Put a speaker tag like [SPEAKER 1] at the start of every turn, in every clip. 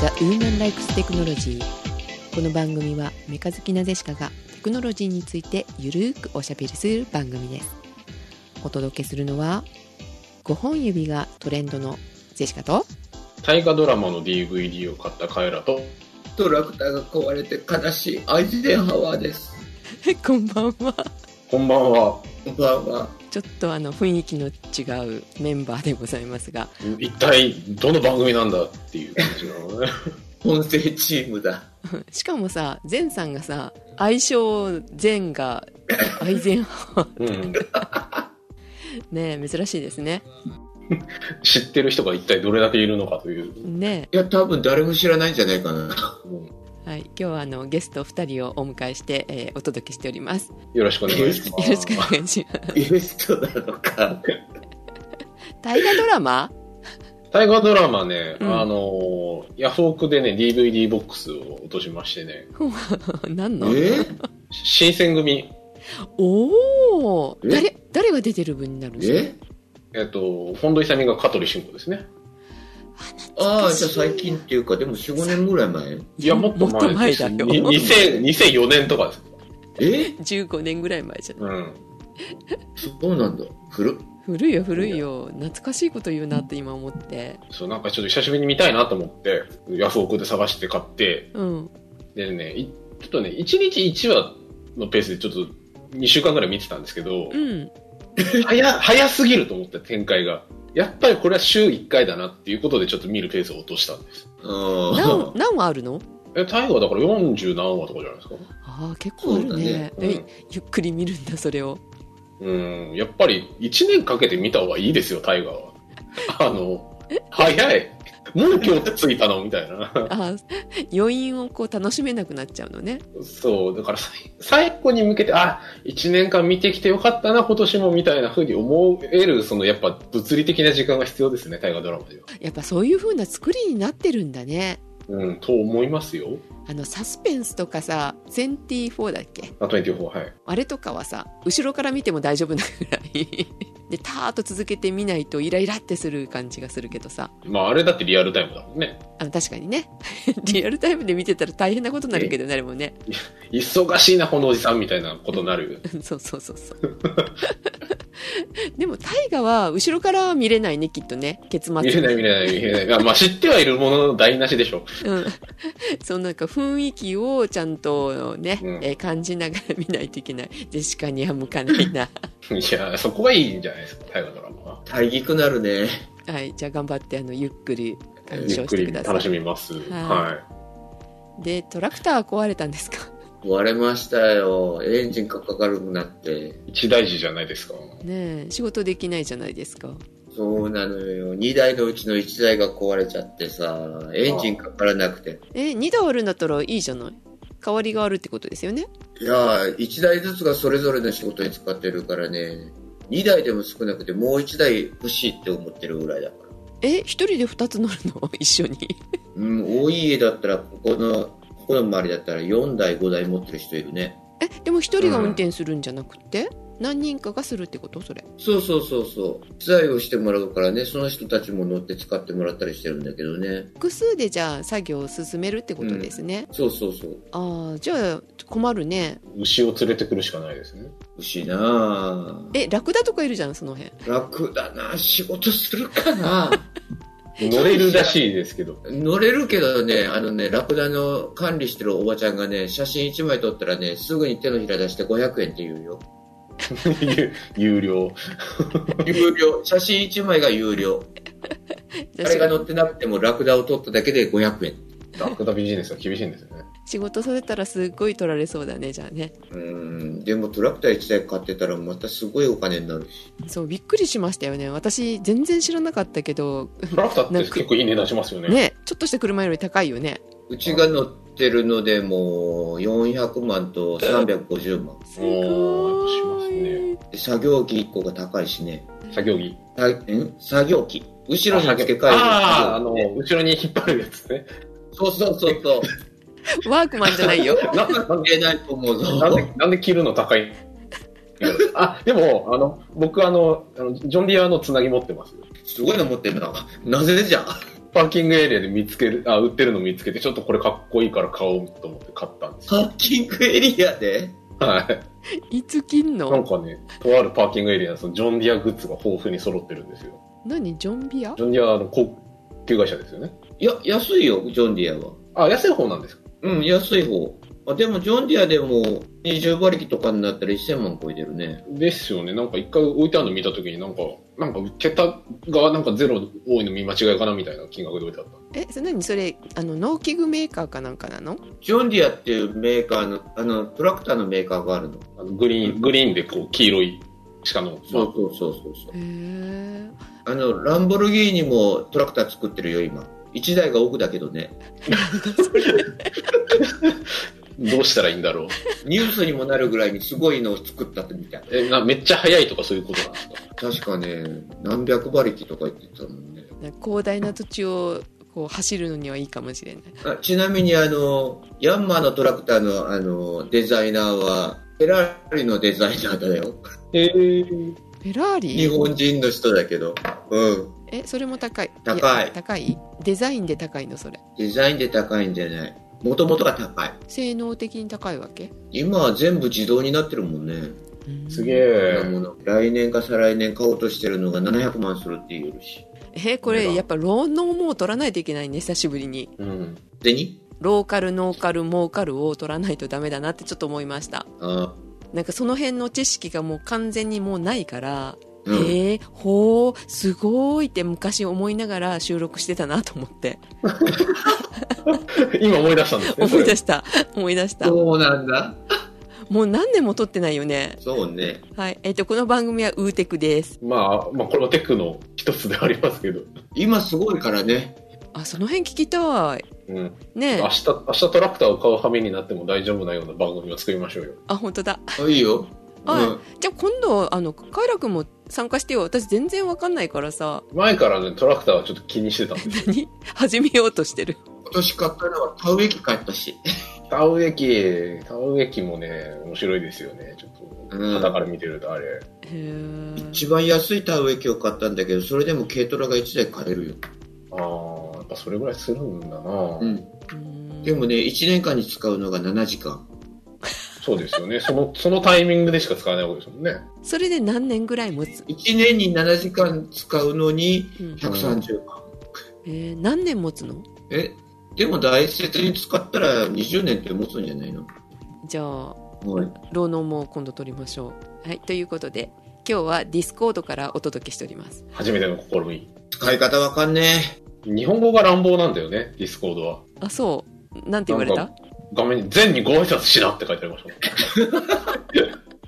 [SPEAKER 1] The Women Likes Technology この番組はメカ好きなゼシカがテクノロジーについてゆるーくおしゃべりする番組ですお届けするのは5本指がトレンドのゼシカと
[SPEAKER 2] 大河ドラマの DVD を買った彼らと
[SPEAKER 3] トラクターが壊れて悲しいアイゼンハワーです。
[SPEAKER 1] こんばんは
[SPEAKER 2] こんばんは
[SPEAKER 3] こんばんは。
[SPEAKER 1] ちょっとあの雰囲気の違うメンバーでございますが
[SPEAKER 2] 一体どの番組なんだっていう感じなのね
[SPEAKER 3] 本声チームだ。
[SPEAKER 1] しかもさゼンさんがさ愛称ゼンがアイゼンハワ
[SPEAKER 2] うん
[SPEAKER 1] ーねえ珍しいですね
[SPEAKER 2] 知ってる人が一体どれだけいるのかという、
[SPEAKER 1] ね
[SPEAKER 3] いや、多分誰も知らないんじゃないか な。
[SPEAKER 2] うん
[SPEAKER 1] え、はい、今日はあのゲスト2人をお迎えして、えーお届けしておりますよ
[SPEAKER 2] よろしくお願いします
[SPEAKER 1] ろしくお願いします
[SPEAKER 3] イエストなのか。
[SPEAKER 1] 大河ドラマ
[SPEAKER 2] 大河ドラマね、
[SPEAKER 1] うん
[SPEAKER 2] あのヤフオクでね DVD ボックスを落としましてね
[SPEAKER 1] 何の
[SPEAKER 3] え
[SPEAKER 2] 新選組
[SPEAKER 1] おお
[SPEAKER 3] え
[SPEAKER 1] 誰誰が出てる分になるんですか
[SPEAKER 3] え
[SPEAKER 2] えっと本土勇美が香取慎吾ですね
[SPEAKER 3] ああ、じゃあ最近っていうか、でも4、5年ぐらい前。
[SPEAKER 2] いやもっと
[SPEAKER 1] もっと
[SPEAKER 2] 前
[SPEAKER 1] 前
[SPEAKER 2] です
[SPEAKER 1] だよ
[SPEAKER 2] に2000 2004年とかです
[SPEAKER 3] え
[SPEAKER 1] 15年ぐらい前じゃない
[SPEAKER 2] うん
[SPEAKER 3] そうなんだ。古っ。
[SPEAKER 1] 古いよ古いよ懐かしいこと言うなって今思って
[SPEAKER 2] そうなんかちょっと久しぶりに見たいなと思ってヤフオクで探して買って
[SPEAKER 1] うん
[SPEAKER 2] でね、いちょっとね、1日1話のペースでちょっと2週間ぐらい見てたんですけど、
[SPEAKER 1] うん
[SPEAKER 2] 早早すぎると思った展開が。やっぱりこれは週1回だなっていうことでちょっと見るペースを落としたんです。
[SPEAKER 3] あ
[SPEAKER 1] 何何話あるの
[SPEAKER 2] え、大河だから40何話とかじゃないですか。
[SPEAKER 1] ああ結構あるね
[SPEAKER 2] そうだね
[SPEAKER 1] えゆっくり見るんだそれを
[SPEAKER 2] うん、やっぱり1年かけて見た方がいいですよ、大河は。あの、早い。もう今日着いたのみたいな。
[SPEAKER 1] あ余韻をこう楽しめなくなっちゃうのね
[SPEAKER 2] そう、だからさい最後に向けて、あ、1年間見てきてよかったな、今年も、みたいな風に思える、そのやっぱ物理的な時間が必要ですね、大河ドラマでは。
[SPEAKER 1] やっぱそういう風な作りになってるんだね
[SPEAKER 2] うん、と思いますよ。
[SPEAKER 1] あのサスペンスとかさ24だっけ
[SPEAKER 2] あ、24、はい。
[SPEAKER 1] あれとかはさ後ろから見ても大丈夫なぐらい でターッと続けて見ないとイライラってする感じがするけどさ
[SPEAKER 2] まあ、あれだってリアルタイムだもんね。
[SPEAKER 1] あの確かにね リアルタイムで見てたら大変なことになるけどなるもんね
[SPEAKER 2] 忙しいな、このおじさん、みたいなことになるよ。
[SPEAKER 1] そうそうそうそう でも大河は後ろからは見れないねきっとね結末
[SPEAKER 2] 見れない、見れない、見れない。あまあ、知ってはいるものの台無しでしょ。
[SPEAKER 1] うん、 そのなんか雰囲気をちゃんとね、
[SPEAKER 2] うん
[SPEAKER 1] えー感じながら見ないといけないジェシカには向かない な
[SPEAKER 2] いや、そこがいいんじゃないですか、大河ドラマは。
[SPEAKER 3] 大義くなるね。
[SPEAKER 1] はいじゃあ頑張ってあのゆっくり鑑
[SPEAKER 2] ゆっ
[SPEAKER 1] 賞し
[SPEAKER 2] く
[SPEAKER 1] て
[SPEAKER 2] り
[SPEAKER 1] くださ
[SPEAKER 2] 楽し
[SPEAKER 1] い
[SPEAKER 2] みます。
[SPEAKER 1] は
[SPEAKER 2] は
[SPEAKER 1] でトラクター壊れたんですか
[SPEAKER 3] 割れましたよ。エンジンかかるくなって。
[SPEAKER 2] い。一大事じゃないですか。
[SPEAKER 1] ねえ仕事できないじゃないですか
[SPEAKER 3] そうなのよ。2台のうちの1台が壊れちゃってさ、エンジンかからなくて。
[SPEAKER 1] え2台あるんだったらいいじゃない代わりがあるってことですよね
[SPEAKER 3] いやー、1台ずつがそれぞれの仕事に使ってるからね、2台でも少なくて、もう1台欲しいって思ってるぐらいだから。
[SPEAKER 1] え一人で2つ乗るの 一緒に
[SPEAKER 3] うん、多い家だったら、ここの、ここの周りだったら4台、5台持ってる人いるね。
[SPEAKER 1] えでも一人が運転するんじゃなくて、何人かがするってことそれ
[SPEAKER 3] そうそうそうそう。機材をしてもらうからね、その人たちも乗って使ってもらったりしてるんだけどね。
[SPEAKER 1] 複数でじゃあ作業を進めるってことですね、
[SPEAKER 3] そうそうそう。
[SPEAKER 1] ああじゃあ困るね
[SPEAKER 2] 牛を連れてくるしかないですね。
[SPEAKER 3] 欲しいなあ
[SPEAKER 1] えラクダとかいるじゃんその辺
[SPEAKER 3] 楽だなあ仕事するかな
[SPEAKER 2] 乗れるらしいですけど。
[SPEAKER 3] 乗れるけどね、あのね、ラクダの管理してるおばちゃんがね、写真1枚撮ったらね、すぐに手のひら出して500円って言うよ。
[SPEAKER 2] 有 有料。
[SPEAKER 3] 有料。写真1枚が有料。あれが乗ってなくてもラクダを撮っただけで500円。
[SPEAKER 2] ラクダビジネスは厳しいんですよね。
[SPEAKER 1] 仕事されたらすっごい取られそうだねじゃあね
[SPEAKER 3] うーん。でもトラクター1台買ってたらまたすごいお金になるし。
[SPEAKER 1] そうびっくりしましたよね私全然知らなかったけど
[SPEAKER 2] ラクダって
[SPEAKER 1] なんか
[SPEAKER 2] 結構いい値段しますよね。
[SPEAKER 1] ねちょっとした車より高いよね
[SPEAKER 3] うちが乗ってるのでもう400万と350万。
[SPEAKER 1] す
[SPEAKER 2] お
[SPEAKER 1] ご
[SPEAKER 2] ーやっぱ
[SPEAKER 1] い、
[SPEAKER 3] で作業機1個が高いしね。
[SPEAKER 2] 作業着。
[SPEAKER 3] さん作業機。後ろに付け替える作業機。
[SPEAKER 2] ああ、あの、後ろに引っ張るやつね。
[SPEAKER 3] そうそうそうそう。
[SPEAKER 1] ワークマンじゃないよ
[SPEAKER 2] ななん
[SPEAKER 3] 関係 ないと思うぞ。
[SPEAKER 2] なんで、なんで着るの高い あ、でも、あの、僕あの、あのジョンディアのつなぎ持ってますよ。
[SPEAKER 3] すごいの持ってるな。なぜじゃん。
[SPEAKER 2] パーキングエリアで見つける、あ、売ってるの見つけて、ちょっとこれかっこいいから買おうと思って買ったんです
[SPEAKER 3] パ
[SPEAKER 2] よ。
[SPEAKER 3] ーキングエリアで
[SPEAKER 2] は い。
[SPEAKER 1] いつ切ん
[SPEAKER 2] なん
[SPEAKER 1] の
[SPEAKER 2] かね、とあるパーキングエリア、そのジョンディアグッズが豊富に揃ってるんですよ。
[SPEAKER 1] 何ジョンビア
[SPEAKER 2] ジョンディアの高級会社ですよね。
[SPEAKER 3] いや、安いよ、ジョンディアは。
[SPEAKER 2] あ、安い方なんですか
[SPEAKER 3] うん、安い方。あでも、ジョンディアでも20馬力とかになったら1000万超えてるね。
[SPEAKER 2] ですよね。なんか一回置いてあるの見たときになんか、なんか桁がなんかゼロ多いの見間違いかなみたいな金額で置いてあった。
[SPEAKER 1] えそれ何それあの農機具メーカーかなんかなの
[SPEAKER 3] ジョンディアっていうメーカーの、あの、トラクターのメーカーがあるの。
[SPEAKER 2] あのグリーン、グリーンでこう黄色い鹿の。
[SPEAKER 3] そうそうそうそうそう。
[SPEAKER 1] へえ
[SPEAKER 3] あの、ランボルギーニもトラクター作ってるよ、今。1台が奥だけどね。
[SPEAKER 2] どうしたらいいんだろう。
[SPEAKER 3] ニュースにもなるぐらいにすごいのを作ったみたい。
[SPEAKER 2] え、なめっちゃ速いとかそういうことなんですか
[SPEAKER 3] 確かね、何百馬力とか言ってたもんね。
[SPEAKER 1] 広大な土地をこう走るのにはいいかもしれない
[SPEAKER 3] あちなみに、あの、ヤンマーのトラクターの、あの、デザイナーは、フェラーリのデザイナーだよ。
[SPEAKER 2] え
[SPEAKER 1] フェラー
[SPEAKER 3] 日
[SPEAKER 1] リ
[SPEAKER 3] 本人の人だけど。うん。
[SPEAKER 1] えそれも高い
[SPEAKER 3] 高い
[SPEAKER 1] や高いデザインで高いのそれ
[SPEAKER 3] デザインで高いんじゃない。もともとが高い。
[SPEAKER 1] 性能的に高いわけ
[SPEAKER 3] 今は全部自動になってるもんね。
[SPEAKER 2] すげ
[SPEAKER 1] え
[SPEAKER 3] こんな
[SPEAKER 2] え。
[SPEAKER 3] もの来年か再来年買おうとしてるのが700万するって言えるし。
[SPEAKER 1] えこれやっぱローンのもう取らないといけないね久しぶりに
[SPEAKER 2] うん。
[SPEAKER 3] でに
[SPEAKER 1] ローカルノーカルモーカルを取らないとダメだなってちょっと思いました
[SPEAKER 3] あ
[SPEAKER 1] なんかその辺の知識がもう完全にもうないから、
[SPEAKER 3] うん。
[SPEAKER 1] へえほうすごいって昔思いながら収録してたなと思って
[SPEAKER 2] 今思い出したんですね。
[SPEAKER 1] 思い出
[SPEAKER 2] し
[SPEAKER 1] した 思い出した
[SPEAKER 3] そうなんだ。
[SPEAKER 1] もう何年も撮ってないよね
[SPEAKER 3] そうね。
[SPEAKER 1] はいえっ、とこの番組はウーテクです
[SPEAKER 2] まあ、まあ、これもテクの一つではありますけど。
[SPEAKER 3] 今すごいからね。
[SPEAKER 1] あその辺聞きたい
[SPEAKER 2] うん。
[SPEAKER 1] ねえ
[SPEAKER 2] 明日、明日トラクターを買う羽目になっても大丈夫なような番組を作りましょうよ。
[SPEAKER 1] あ本当だ
[SPEAKER 3] あいいよ。
[SPEAKER 1] はい
[SPEAKER 3] うん
[SPEAKER 1] じゃあ今度あのカイラ君も参加してよ私全然わかんないからさ
[SPEAKER 2] 前からね、トラクターはちょっと気にしてたんですよ。
[SPEAKER 1] 何 始めようとしてる
[SPEAKER 3] 今年買ったのは田植え機買ったし。
[SPEAKER 2] 田植え機、田植え機もね、面白いですよね。ちょっと、
[SPEAKER 3] うん
[SPEAKER 2] 肌から見てるとあれ。
[SPEAKER 1] へえ
[SPEAKER 3] 一番安い田植え機を買ったんだけど、それでも軽トラが1台買えるよ。
[SPEAKER 2] ああ、やっぱそれぐらいするんだな、
[SPEAKER 3] うん。でもね、1年間に使うのが7時間。
[SPEAKER 2] そうですよね。その、そのタイミングでしか使わないわけですもんね。
[SPEAKER 1] それで何年ぐらい持つ、
[SPEAKER 3] 1年に7時間使うのに
[SPEAKER 1] うん
[SPEAKER 3] 130万。
[SPEAKER 1] えー何年持つの
[SPEAKER 3] えでも大切に使ったら20年って持つんじゃないの
[SPEAKER 1] じゃあ
[SPEAKER 3] はい。
[SPEAKER 1] 労能も今度取りましょうはいということで今日はディスコードからお届けしております
[SPEAKER 2] 初めての試み。
[SPEAKER 3] 使い方わかんね
[SPEAKER 2] 日本語が乱暴なんだよね、ディスコードは。
[SPEAKER 1] あそうなんて言われ
[SPEAKER 2] な
[SPEAKER 1] た
[SPEAKER 2] ん画面に全にご挨拶しなって書いてありまし たもん。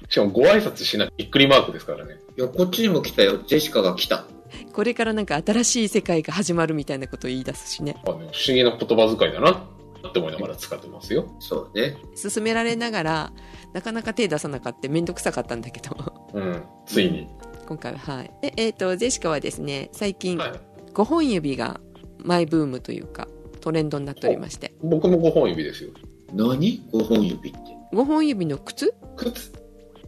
[SPEAKER 2] しかもご挨拶しなびっくりマークですからね。
[SPEAKER 3] え。いや、こっちにも来たよ。ジェシカが来た。
[SPEAKER 1] これからなんか新しい世界が始まるみたいなことを言い出すしね
[SPEAKER 2] まあね不思議な言葉遣いだなって思いながら使ってますよ。
[SPEAKER 3] そうね。
[SPEAKER 1] 勧められながらなかなか手出さなかって面倒くさかったんだけど
[SPEAKER 2] うん。ついに。
[SPEAKER 1] 今回ははいでえっ、とジェシカはですね最近
[SPEAKER 2] はい。
[SPEAKER 1] 5本指がマイブームというかトレンドになっておりまして
[SPEAKER 2] 僕も5本指ですよ。
[SPEAKER 3] 何 ?5 本指って。
[SPEAKER 1] 5本指の靴
[SPEAKER 2] 靴、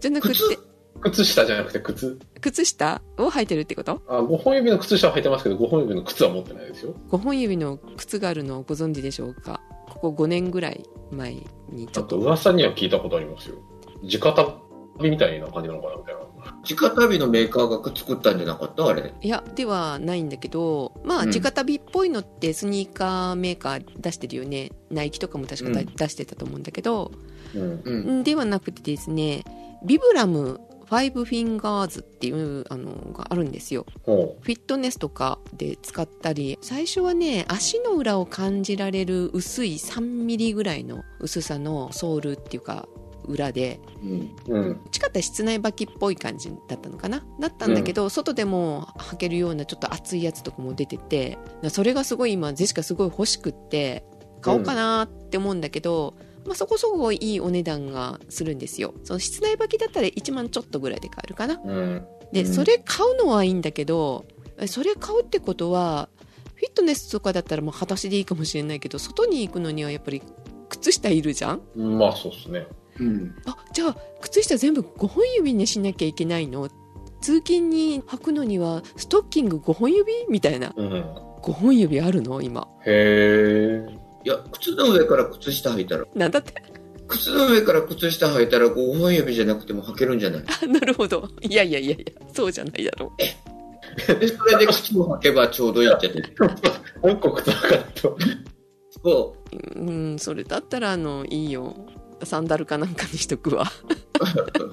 [SPEAKER 1] じゃなくて
[SPEAKER 3] 靴
[SPEAKER 2] 靴下じゃなくて靴。
[SPEAKER 1] 靴下を履いてるってこと
[SPEAKER 2] あ、5本指の靴下は履いてますけど、5本指の靴は持ってないですよ。
[SPEAKER 1] 5本指の靴があるのをご存知でしょうかここ5年ぐらい前にち
[SPEAKER 2] ちょ
[SPEAKER 1] ょっ
[SPEAKER 2] っ
[SPEAKER 1] と
[SPEAKER 2] と噂には聞いたことありますよ。直旅みたいな感じなのかなみたいな。
[SPEAKER 3] 直旅のメーカーが作ったんじゃなかったあれ。
[SPEAKER 1] いやではないんだけどまあ
[SPEAKER 3] うん
[SPEAKER 1] 直旅っぽいのってスニーカーメーカー出してるよねナイキとかも確かだ、
[SPEAKER 3] うん
[SPEAKER 1] 出してたと思うんだけど、
[SPEAKER 2] うん。
[SPEAKER 3] うん。
[SPEAKER 1] ではなくてですねビブラムファイブフィンガーズっていうあのがあるんですよ
[SPEAKER 2] ほ
[SPEAKER 1] フィットネスとかで使ったり最初はね足の裏を感じられる薄い3ミリぐらいの薄さのソールっていうか裏で
[SPEAKER 3] うん。
[SPEAKER 2] う。うん。
[SPEAKER 1] 近かったら室内履きっぽい感じだったのかなだったんだけど、外でも履けるようなちょっと厚いやつとかも出ててそれがすごい今ジェシカすごい欲しくって買おうかなって思うんだけど、まあ、そこそこいいお値段がするんですよその室内履きだったら1万ちょっとぐらいで買えるかな
[SPEAKER 2] うん。
[SPEAKER 1] で、
[SPEAKER 3] うん
[SPEAKER 1] それ買うのはいいんだけどえそれ買うってことはフィットネスとかだったらもう裸足でいいかもしれないけど外に行くのにはやっぱり靴下いるじゃん
[SPEAKER 2] まあそうっすね。
[SPEAKER 3] うん。
[SPEAKER 1] あじゃあ靴下全部5本指にしなきゃいけないの通勤に履くのにはストッキング5本指みたいな
[SPEAKER 2] うん。
[SPEAKER 1] 5本指あるの今。
[SPEAKER 2] へえ。
[SPEAKER 3] いや、靴の上から靴下履いたら、
[SPEAKER 1] なんだって
[SPEAKER 3] 靴の上から靴下履いたら5本指じゃなくても履ける んじゃない
[SPEAKER 1] あなるほど。いやいやいやいや、そうじゃないだろう。
[SPEAKER 3] で、それで靴を履けばちょうどいいんじゃない
[SPEAKER 2] もう一個靴なかった。
[SPEAKER 3] そう
[SPEAKER 1] うん、それだったら、あの、いいよ。サンダルかなんかにしとくわ。
[SPEAKER 3] う。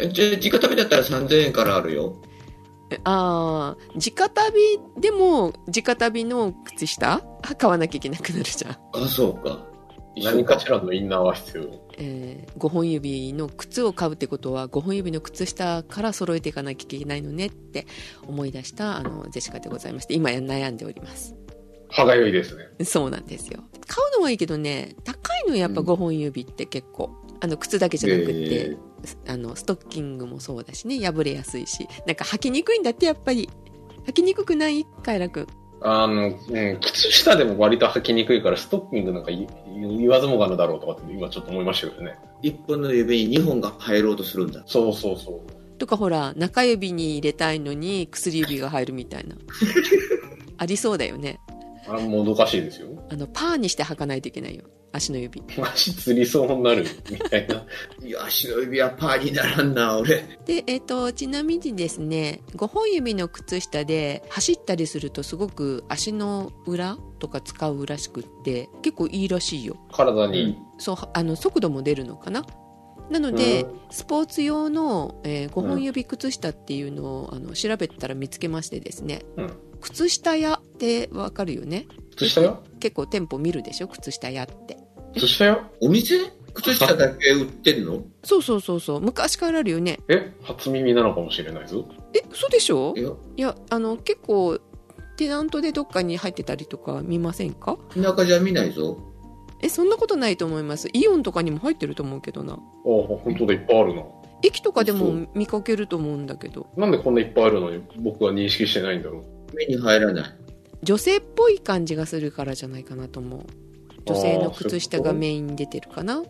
[SPEAKER 3] えじゃあ、直旅だったら3000円からあるよ。
[SPEAKER 1] ああ、直旅でも、直旅の靴下あ買わなきゃいけなくなるじゃん。
[SPEAKER 3] あ、そうか。
[SPEAKER 2] 何かしらのインナーは必要。
[SPEAKER 1] えー、5本指の靴を買うってことは5本指の靴下から揃えていかなきゃいけないのねって思い出したあのジェシカでございまして今や悩んでおります
[SPEAKER 2] 歯がゆいですね。
[SPEAKER 1] そうなんですよ買うのはいいけどね高いのやっぱ
[SPEAKER 3] うん
[SPEAKER 1] 5本指って結構、あの靴だけじゃなくって、
[SPEAKER 2] えー
[SPEAKER 1] あのストッキングもそうだしね破れやすいしなんか履きにくいんだってやっぱり履きにくくない快楽
[SPEAKER 2] あの、うん、靴下でも割と履きにくいから、ストッキングなんかい言わずもがなだろうとかって今ちょっと思いましたけどね。
[SPEAKER 3] 1本の指に2本が入ろうとするんだ。
[SPEAKER 2] そうそうそう。
[SPEAKER 1] とかほら中指に入れたいのに薬指が入るみたい なありそうだよね
[SPEAKER 2] あれもどかしいですよ。
[SPEAKER 1] あのパーにして履かないといけないよ足の指
[SPEAKER 2] 足つりそうになるみたいな。
[SPEAKER 3] いや、足の指はパーにならんな、俺。
[SPEAKER 1] で、えっとちなみにですね5本指の靴下で走ったりするとすごく足の裏とか使うらしくって結構いいらしいよ
[SPEAKER 2] 体に。
[SPEAKER 1] そうあの速度も出るのかななので、
[SPEAKER 2] うん
[SPEAKER 1] スポーツ用の、え5本指靴下っていうのをあの調べたら見つけましてですね、
[SPEAKER 2] うん
[SPEAKER 1] 靴下屋ってわかるよね
[SPEAKER 2] 靴下よ
[SPEAKER 1] 結構店舗見るでしょ靴下屋って
[SPEAKER 2] 靴下よ
[SPEAKER 3] お店靴下だけ売ってん の
[SPEAKER 1] そうそうそうそう昔からあるよね
[SPEAKER 2] え初耳なのかもしれないぞ。
[SPEAKER 1] えそうでしょ
[SPEAKER 3] いや、
[SPEAKER 1] いやあの結構テナントでどっかに入ってたりとか見ませんか
[SPEAKER 3] 田舎じゃ見ないぞ。
[SPEAKER 1] えそんなことないと思いますイオンとかにも入ってると思うけどな
[SPEAKER 2] ああ、本当だ、いっぱいあるな。
[SPEAKER 1] 駅とかで
[SPEAKER 3] そ
[SPEAKER 1] も見かけると思うんだけど
[SPEAKER 2] なんでこんないっぱいあるのに僕は認識してないんだろう。
[SPEAKER 3] 目に入らない。
[SPEAKER 1] 女性っぽい感じがするからじゃないかなと思う女性の靴下がメインに出てるかな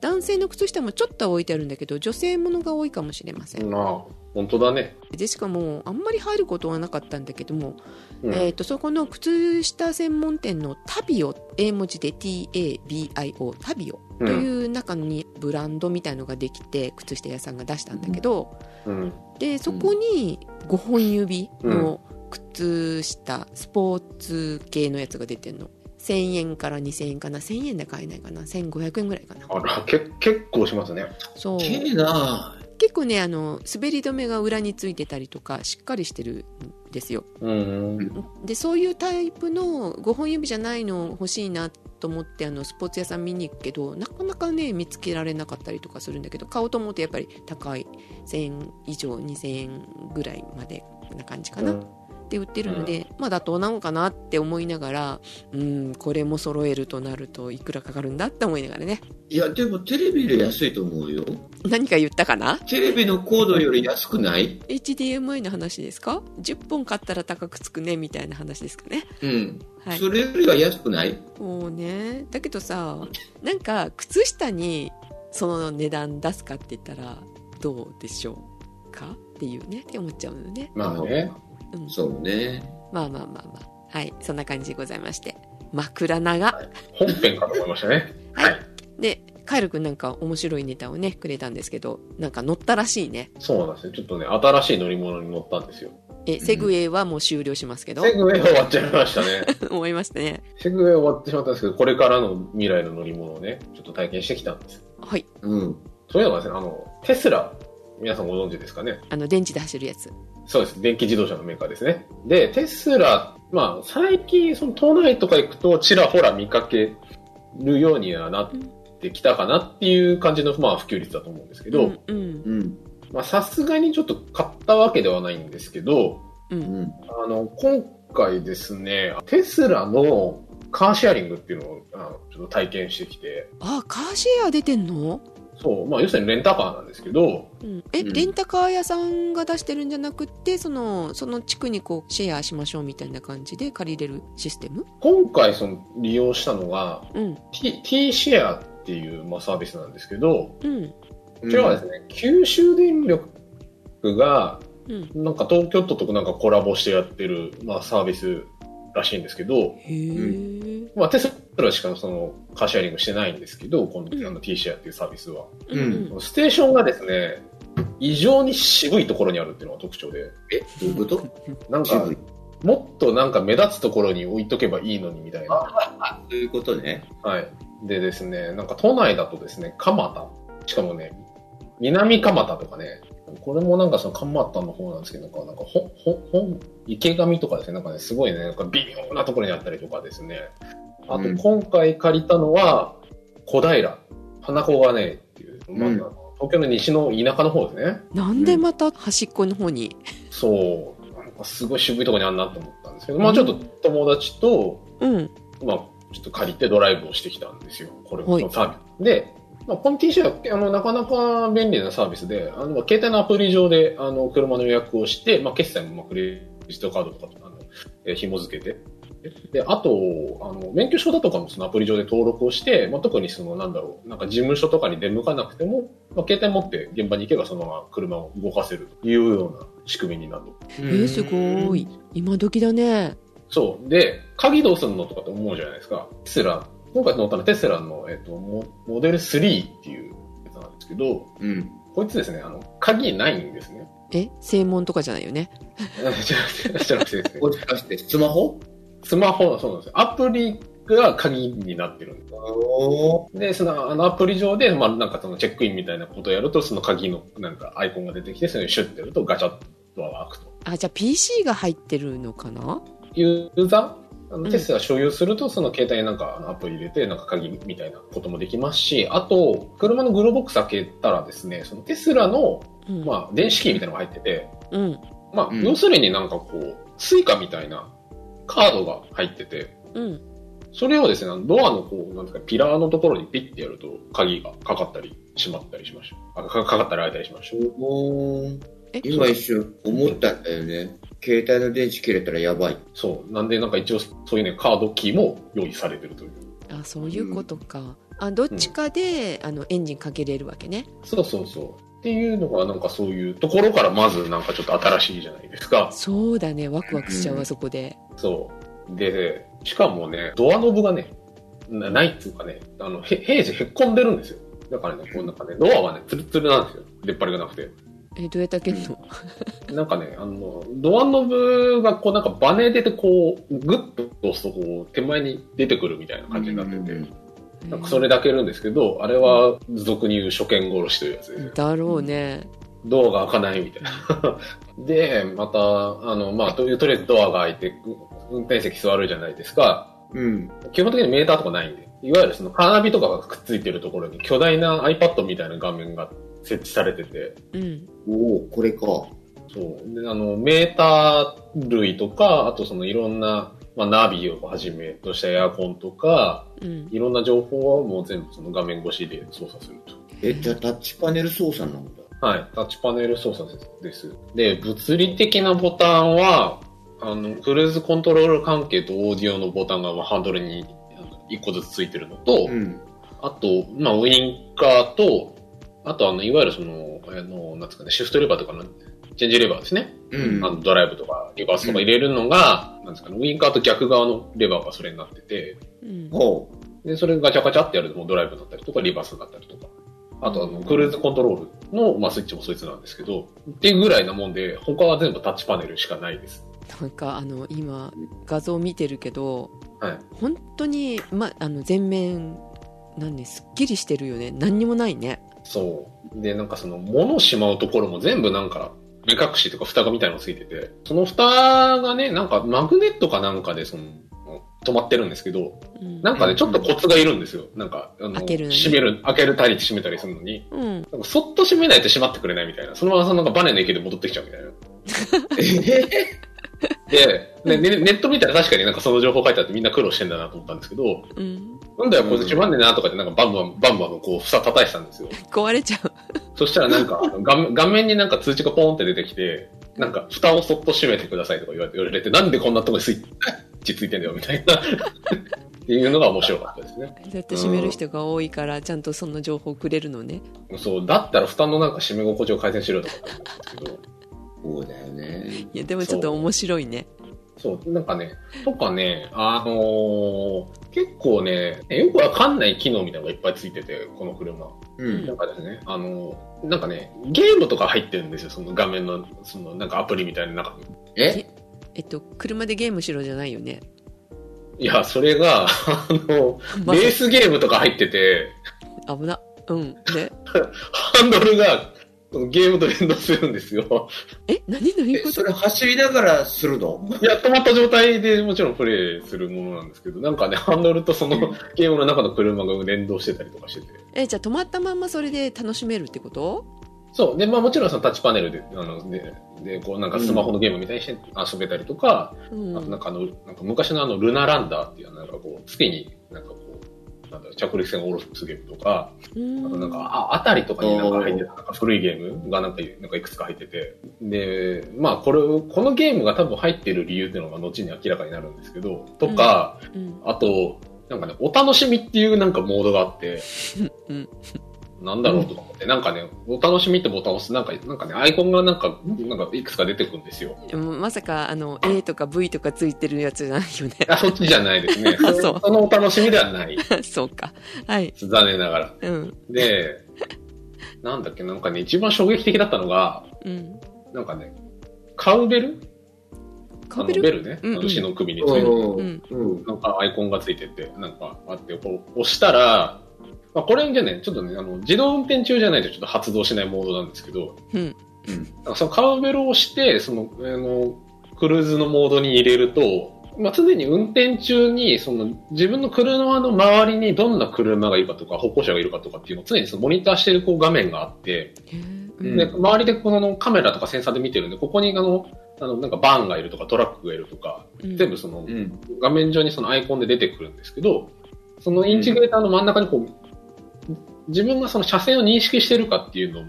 [SPEAKER 1] 男性の靴下もちょっとは置いてあるんだけど女性ものが多いかもしれません、
[SPEAKER 2] なあ、本当だね。
[SPEAKER 1] でしかもあんまり入ることはなかったんだけども、
[SPEAKER 2] うん
[SPEAKER 1] えー、とそこの靴下専門店のタビオ英文字で TABIO タビオと
[SPEAKER 2] うん
[SPEAKER 1] いう中にブランドみたいのができて靴下屋さんが出したんだけど、
[SPEAKER 2] うん。
[SPEAKER 1] でそこに5本指の靴下スポーツ系のやつが出てんの1000円から2000円かな1000円で買えないかな1500円ぐらいかな
[SPEAKER 2] あら、け結構しますね。
[SPEAKER 1] そう
[SPEAKER 3] けえな
[SPEAKER 1] 結構ねあの滑り止めが裏についてたりとかしっかりしてるんですよ
[SPEAKER 2] うん。
[SPEAKER 1] でそういうタイプの5本指じゃないの欲しいなと思ってあのスポーツ屋さん見に行くけどなかなかね見つけられなかったりとかするんだけど買おうと思うとやっぱり高い1000円以上2000円ぐらいまでな感じかなって売ってるので、まあ妥当なのかなって思いながらうんこれも揃えるとなるといくらかかるんだって思いながらね
[SPEAKER 3] いや、でもテレビより安いと思うよ。
[SPEAKER 1] 何か言ったかな
[SPEAKER 3] テレビの高度より安くない
[SPEAKER 1] HDMI の話ですか10本買ったら高くつくねみたいな話ですかね
[SPEAKER 3] うん。
[SPEAKER 1] はい
[SPEAKER 3] それよりは安くない
[SPEAKER 1] もうねだけどさなんか靴下にその値段出すかって言ったらどうでしょうかっていうねって思っちゃうのよね、
[SPEAKER 2] まあね。
[SPEAKER 1] うん、
[SPEAKER 3] そうね。
[SPEAKER 1] まあまあまあまあはいそんな感じでございまして枕長
[SPEAKER 2] 本編かと思いましたね。
[SPEAKER 1] はいでカエル君なんか面白いネタをねくれたんですけどなんか乗ったらしいね
[SPEAKER 2] そうなんですね。ちょっとね、新しい乗り物に乗ったんですよ。
[SPEAKER 1] えセグウェイはもう終了しますけど、
[SPEAKER 2] セグウェイは終わっちゃいましたね。
[SPEAKER 1] 思いましたね
[SPEAKER 2] セグウェイは終わってしまったんですけど、これからの未来の乗り物をね、ちょっと体験してきたんです。
[SPEAKER 1] はい
[SPEAKER 3] うん。
[SPEAKER 2] そういうのがですね、あの、テスラ、皆さんご存知ですかね。
[SPEAKER 1] あの電池で走るやつ
[SPEAKER 2] そうです。電気自動車のメーカーですね。で、テスラ、まあ、最近、その都内とか行くと、ちらほら見かけるようにはなってきたかなっていう感じの、まあ、普及率だと思うんですけ
[SPEAKER 1] う
[SPEAKER 2] ど、
[SPEAKER 1] んうん
[SPEAKER 3] うん。
[SPEAKER 2] まあ、さすがにちょっと買ったわけではないんですけど、
[SPEAKER 1] う
[SPEAKER 3] うんん。
[SPEAKER 2] あの、今回ですね、テスラのカーシェアリングっていうのを、あのちょっと体験してきて、
[SPEAKER 1] あカーシェア出てんの
[SPEAKER 2] そう、まあ、要するにレンタカーなんですけど、
[SPEAKER 1] うんえ、
[SPEAKER 3] うん
[SPEAKER 1] レンタカー屋さんが出してるんじゃなくってそのその地区にこうシェアしましょうみたいな感じで借りれるシステム
[SPEAKER 2] 今回その利用したのが、
[SPEAKER 1] うん
[SPEAKER 2] T, T シェアっていう、まあ、サービスなんですけど、
[SPEAKER 1] うん
[SPEAKER 2] こちらはですね、九州電力が、
[SPEAKER 1] ううん
[SPEAKER 2] なんか東京都となんかコラボしてやってる、まあ、サービスらしいんですけど、
[SPEAKER 1] へえ
[SPEAKER 2] まあ、テスラしかそのカーシェアリングしてないんですけど、こ
[SPEAKER 1] うん
[SPEAKER 2] のあの T シェアっていうサービスは。
[SPEAKER 1] うん
[SPEAKER 3] う
[SPEAKER 2] ステーションがですね、異常に渋いところにあるっていうのが特徴で、
[SPEAKER 3] えどういうこと
[SPEAKER 2] なんか
[SPEAKER 3] 渋い。
[SPEAKER 2] もっとなんか目立つところに置いとけばいいのにみたいな。
[SPEAKER 3] あ、そういうことね。
[SPEAKER 2] はい。でですね、なんか都内だとですね、蒲田。しかもね、南蒲田とかね、これもなんかその蒲田の方なんですけど、なんか、なんかほ、ほ、ほ、池上とかですね、なんかね、すごいね、なんか微妙なところにあったりとかですね。あ
[SPEAKER 3] う
[SPEAKER 2] と
[SPEAKER 3] ん
[SPEAKER 2] 今回借りたのは、小平、花子がね、っていう、まあ
[SPEAKER 3] うん
[SPEAKER 2] 東京の西の田舎の方ですね。
[SPEAKER 1] なんでまた端っこの方に
[SPEAKER 2] そう、なんかすごい渋いところにあんなと思ったんですけど、まあちょっと友達と、
[SPEAKER 1] うん
[SPEAKER 2] まあ、ちょっと借りてドライブをしてきたんですよ、これ
[SPEAKER 1] はい
[SPEAKER 2] のサービス。で、まあ、この T シャツあのなかなか便利なサービスで、あの携帯のアプリ上であの車の予約をして、まあ、決済もまあクレジットカードとかとあのえー紐付けて。で、あと、あの、免許証だとかもそのアプリ上で登録をして、まあ、特にその、なんだろう、なんか事務所とかに出向かなくても、まあ、携帯持って現場に行けばそのまま車を動かせるというような仕組みになって
[SPEAKER 3] え
[SPEAKER 1] えー、すごい。今時だね
[SPEAKER 2] そう。で、鍵どうするのとかって思うじゃないですか。テスラ、今回乗ったのはテスラの、えっとモモデル3っていうやつなんですけど、
[SPEAKER 3] うん。
[SPEAKER 2] こいつですね、あの、鍵ないんですね。
[SPEAKER 1] え正門とかじゃないよね
[SPEAKER 2] じゃなくて、じゃなくてですね
[SPEAKER 3] もしかして、スマホ
[SPEAKER 2] スマホ、そうなんですよアプリが鍵になってるんです。
[SPEAKER 3] おー
[SPEAKER 2] で、その、あのアプリ上で、まあ、なんかそのチェックインみたいなことをやると、その鍵のなんかアイコンが出てきて、それにシュッてやるとガチャッとドアが開くと。
[SPEAKER 1] あじゃあ PC が入ってるのかな
[SPEAKER 2] ユーザーあ
[SPEAKER 1] う
[SPEAKER 2] の
[SPEAKER 1] ん
[SPEAKER 2] テスラ所有すると、その携帯なんかあのアプリ入れて、なんか鍵みたいなこともできますし、あと、車のグローボックス開けたらですね、そのテスラの、
[SPEAKER 1] うん、
[SPEAKER 2] まあ、電子キーみたいなのが入ってて、
[SPEAKER 1] うん
[SPEAKER 2] まあ、
[SPEAKER 3] うん
[SPEAKER 2] 要するになんかこう、スイカみたいなカードが入ってて、
[SPEAKER 1] うん
[SPEAKER 2] それをですね、あのドアのこう、なんですか、ピラーのところにピッてやると、鍵がかかったり、しまったりしました。あかかかったり開いたりしました。
[SPEAKER 3] おー
[SPEAKER 1] え
[SPEAKER 3] 今一瞬思ったんだよね。携帯の電池切れたらやばい。
[SPEAKER 2] そう。なんで、なんか一応、そういうね、カードキーも用意されてるという。
[SPEAKER 1] あそういうことかあどっちかで、あのエンジンかけれるわけね
[SPEAKER 2] そうそうそう。っていうのが、なんかそういうところからまずなんかちょっと新しいじゃないですか。
[SPEAKER 1] そうだねワクワクしちゃうわ、
[SPEAKER 3] うん
[SPEAKER 1] そこで
[SPEAKER 2] そう。で、しかもね、ドアノブがね、なないっていうかね、あの、へ平時へっこんでるんですよ。だからね、こうなんかね、ドアはね、ツルツルなんですよ。出っ張りがなくて。
[SPEAKER 1] えどうやって開けるの、
[SPEAKER 2] なんかね、あの、ドアノブがこうなんかバネ出てこう、グッと押すとこう、手前に出てくるみたいな感じになってて、なんかそれだけやるんですけど、あれは俗に言う初見殺しというやつですね。
[SPEAKER 1] だろうね、
[SPEAKER 2] ドアが開かないみたいな。で、また、あの、まあ、ととりあえずドアが開いて、運転席座るじゃないですか。
[SPEAKER 3] うん。
[SPEAKER 2] 基本的にメーターとかないんで、いわゆるそのカーナビとかがくっついてるところに巨大な iPad みたいな画面が設置されてて、
[SPEAKER 1] うん
[SPEAKER 3] おおこれか。
[SPEAKER 2] そう。で、あの、メーター類とか、あとそのいろんな、まあ、ナビをはじめとしたエアコンとか、
[SPEAKER 1] うん
[SPEAKER 2] いろんな情報はもう全部その画面越しで操作すると。
[SPEAKER 3] え、じゃあタッチパネル操作なんだ。
[SPEAKER 2] はい、タッチパネル操作です。で、物理的なボタンは、あの、クルーズコントロール関係とオーディオのボタンがまあハンドルにあの一個ずつついてるのと、
[SPEAKER 3] ん。
[SPEAKER 2] あと、まあ、ウインカーと、あと、あの、いわゆるその、あの、なんつうかね、シフトレバーとかの、チェンジレバーですね。
[SPEAKER 3] うん。
[SPEAKER 2] あのドライブとか、リバースとか入れるのが、なんですかね、ウインカーと逆側のレバーがそれになってて、
[SPEAKER 1] うん
[SPEAKER 3] ほ
[SPEAKER 2] で、それガチャガチャってやるともうドライブだったりとか、リバースだったりとか。あと、あの、クルーズコントロールの、まあ、スイッチもそいつなんですけど、っていうぐらいなもんで、他は全部タッチパネルしかないです。
[SPEAKER 1] なんかあの今画像見てるけど、
[SPEAKER 2] はい
[SPEAKER 1] 本当にまあの全面なんねすっきりしてるよね何にもないね
[SPEAKER 2] そう。で、なんかその、物をしまうところも全部なんか、目隠しとか蓋がみたいなのついてて、その蓋がね、なんかマグネットかなんかでその、止まってるんですけど、
[SPEAKER 1] うん
[SPEAKER 2] なんかね、
[SPEAKER 3] うん
[SPEAKER 2] ちょっとコツがいるんですよ。なんか、あの、
[SPEAKER 1] 開けるのに
[SPEAKER 2] 閉める、開けるたり閉めたりするのに、
[SPEAKER 1] うん
[SPEAKER 2] なんかそっと閉めないと閉まってくれないみたいな。そのままそのなんかバネの影響で戻ってきちゃうみたいな。
[SPEAKER 3] う。え
[SPEAKER 2] で、ねねネット見たら確かになんかその情報書いてあってみんな苦労してんだなと思ったんですけど、
[SPEAKER 1] うん
[SPEAKER 2] なんだよ、こいつ閉まんねえなとかってなんかバンバン、バンバンこう、蓋叩いてたんですよ。
[SPEAKER 1] 壊れちゃう
[SPEAKER 2] そしたらなんか、あの画面画面になんか通知がポーンって出てきて、なんか、蓋をそっと閉めてくださいとか言われ言われて、なんでこんなとこにスイッチついてんだよ、みたいな。っていうのが面白かったですね。
[SPEAKER 1] だって閉める人が多いからちゃんとその情報くれるのね
[SPEAKER 2] そう、だったら蓋のなんか閉め心地を改善しろとかって思うんですけど、
[SPEAKER 3] そうだよね。
[SPEAKER 1] いやでもちょっと面白いね
[SPEAKER 2] そう、なんかね、とかね、あのー結構ね、よくわかんない機能みたいなのがいっぱいついてて、この車。
[SPEAKER 3] うん。
[SPEAKER 2] なんかですね、あのーなんかね、ゲームとか入ってるんですよ、その画面の、そのなんかアプリみたいな中に。
[SPEAKER 3] え
[SPEAKER 1] えっと車でゲームしろじゃないよね
[SPEAKER 2] いや、それが、あの、
[SPEAKER 1] ま
[SPEAKER 2] レースゲームとか入ってて、
[SPEAKER 1] あ危なうんで
[SPEAKER 2] ハンドルがそのゲームと連動するんですよ。
[SPEAKER 1] え何どういう
[SPEAKER 3] え
[SPEAKER 1] こ
[SPEAKER 3] そ
[SPEAKER 1] と
[SPEAKER 3] れ走りながらするの
[SPEAKER 2] いや、止まった状態でもちろんプレイするものなんですけど、なんかね、ハンドルとそのゲームの中の車が連動してたりとかしてて。
[SPEAKER 1] えじゃあ止まったまんまそれで楽しめるってこと
[SPEAKER 2] そう。で、まあもちろんそのタッチパネルで、あの、で、でこうなんかスマホのゲームみたいにして遊べたりとか、
[SPEAKER 1] うん
[SPEAKER 2] あとなんかあの、なんか昔のあの、ルナランダーっていうなんかこう、月になんかこう、なんだろう着陸船を下ろすゲームとか、
[SPEAKER 1] うん
[SPEAKER 2] あとなんか、あ、あたりとかになんか入ってた、なんか古いゲームがなんか、なんかいくつか入ってて、で、まあこれ、このゲームが多分入ってる理由っていうのが後に明らかになるんですけど、とか、
[SPEAKER 1] うん
[SPEAKER 2] あと、なんかね、お楽しみっていうなんかモードがあって、
[SPEAKER 1] うん
[SPEAKER 2] なんだろうとか思って、なんかね、お楽しみってボタンを押す、なんか、なんかね、アイコンがなんか、なんかいくつか出てくるんですよ。
[SPEAKER 1] うんまさかあの A とか V とかついてるやつじゃないよね
[SPEAKER 2] あ、そっちじゃないですね。
[SPEAKER 1] あ
[SPEAKER 2] そ
[SPEAKER 1] そう
[SPEAKER 2] そのお楽しみではない。
[SPEAKER 1] そうかはい
[SPEAKER 2] 残念ながら。
[SPEAKER 1] うん
[SPEAKER 2] で、なんだっけ、なんかね、一番衝撃的だったのが、
[SPEAKER 1] うん
[SPEAKER 2] なんかね、カウベル
[SPEAKER 1] カベ
[SPEAKER 2] あ
[SPEAKER 1] ル
[SPEAKER 2] のベルね。
[SPEAKER 1] うんうん
[SPEAKER 2] あの牛の首についてる。
[SPEAKER 1] う
[SPEAKER 3] うん
[SPEAKER 1] ん
[SPEAKER 3] うん。
[SPEAKER 2] なんかアイコンがついてて、なんかあって、こう押したら、まあ、これじゃね、ちょっとね、あの、自動運転中じゃないとちょっと発動しないモードなんですけど、
[SPEAKER 1] うん
[SPEAKER 2] なんかそのカーベルを押して、その、あの、クルーズのモードに入れると、まあ、常に運転中に、その、自分の車の周りにどんな車がいるかとか、歩行者がいるかとかっていうのを常にそのモニターしてるこう画面があって、
[SPEAKER 1] へーう
[SPEAKER 3] うんん
[SPEAKER 2] で、周りでこのカメラとかセンサーで見てるんで、ここにあの、あの、なんかバンがいるとかトラックがいるとか、
[SPEAKER 1] うん
[SPEAKER 2] 全部その
[SPEAKER 3] う、ん。
[SPEAKER 2] 画面上にそのアイコンで出てくるんですけど、そのインチグレーターの真ん中にこう、自分がその車線を認識してるかっていうの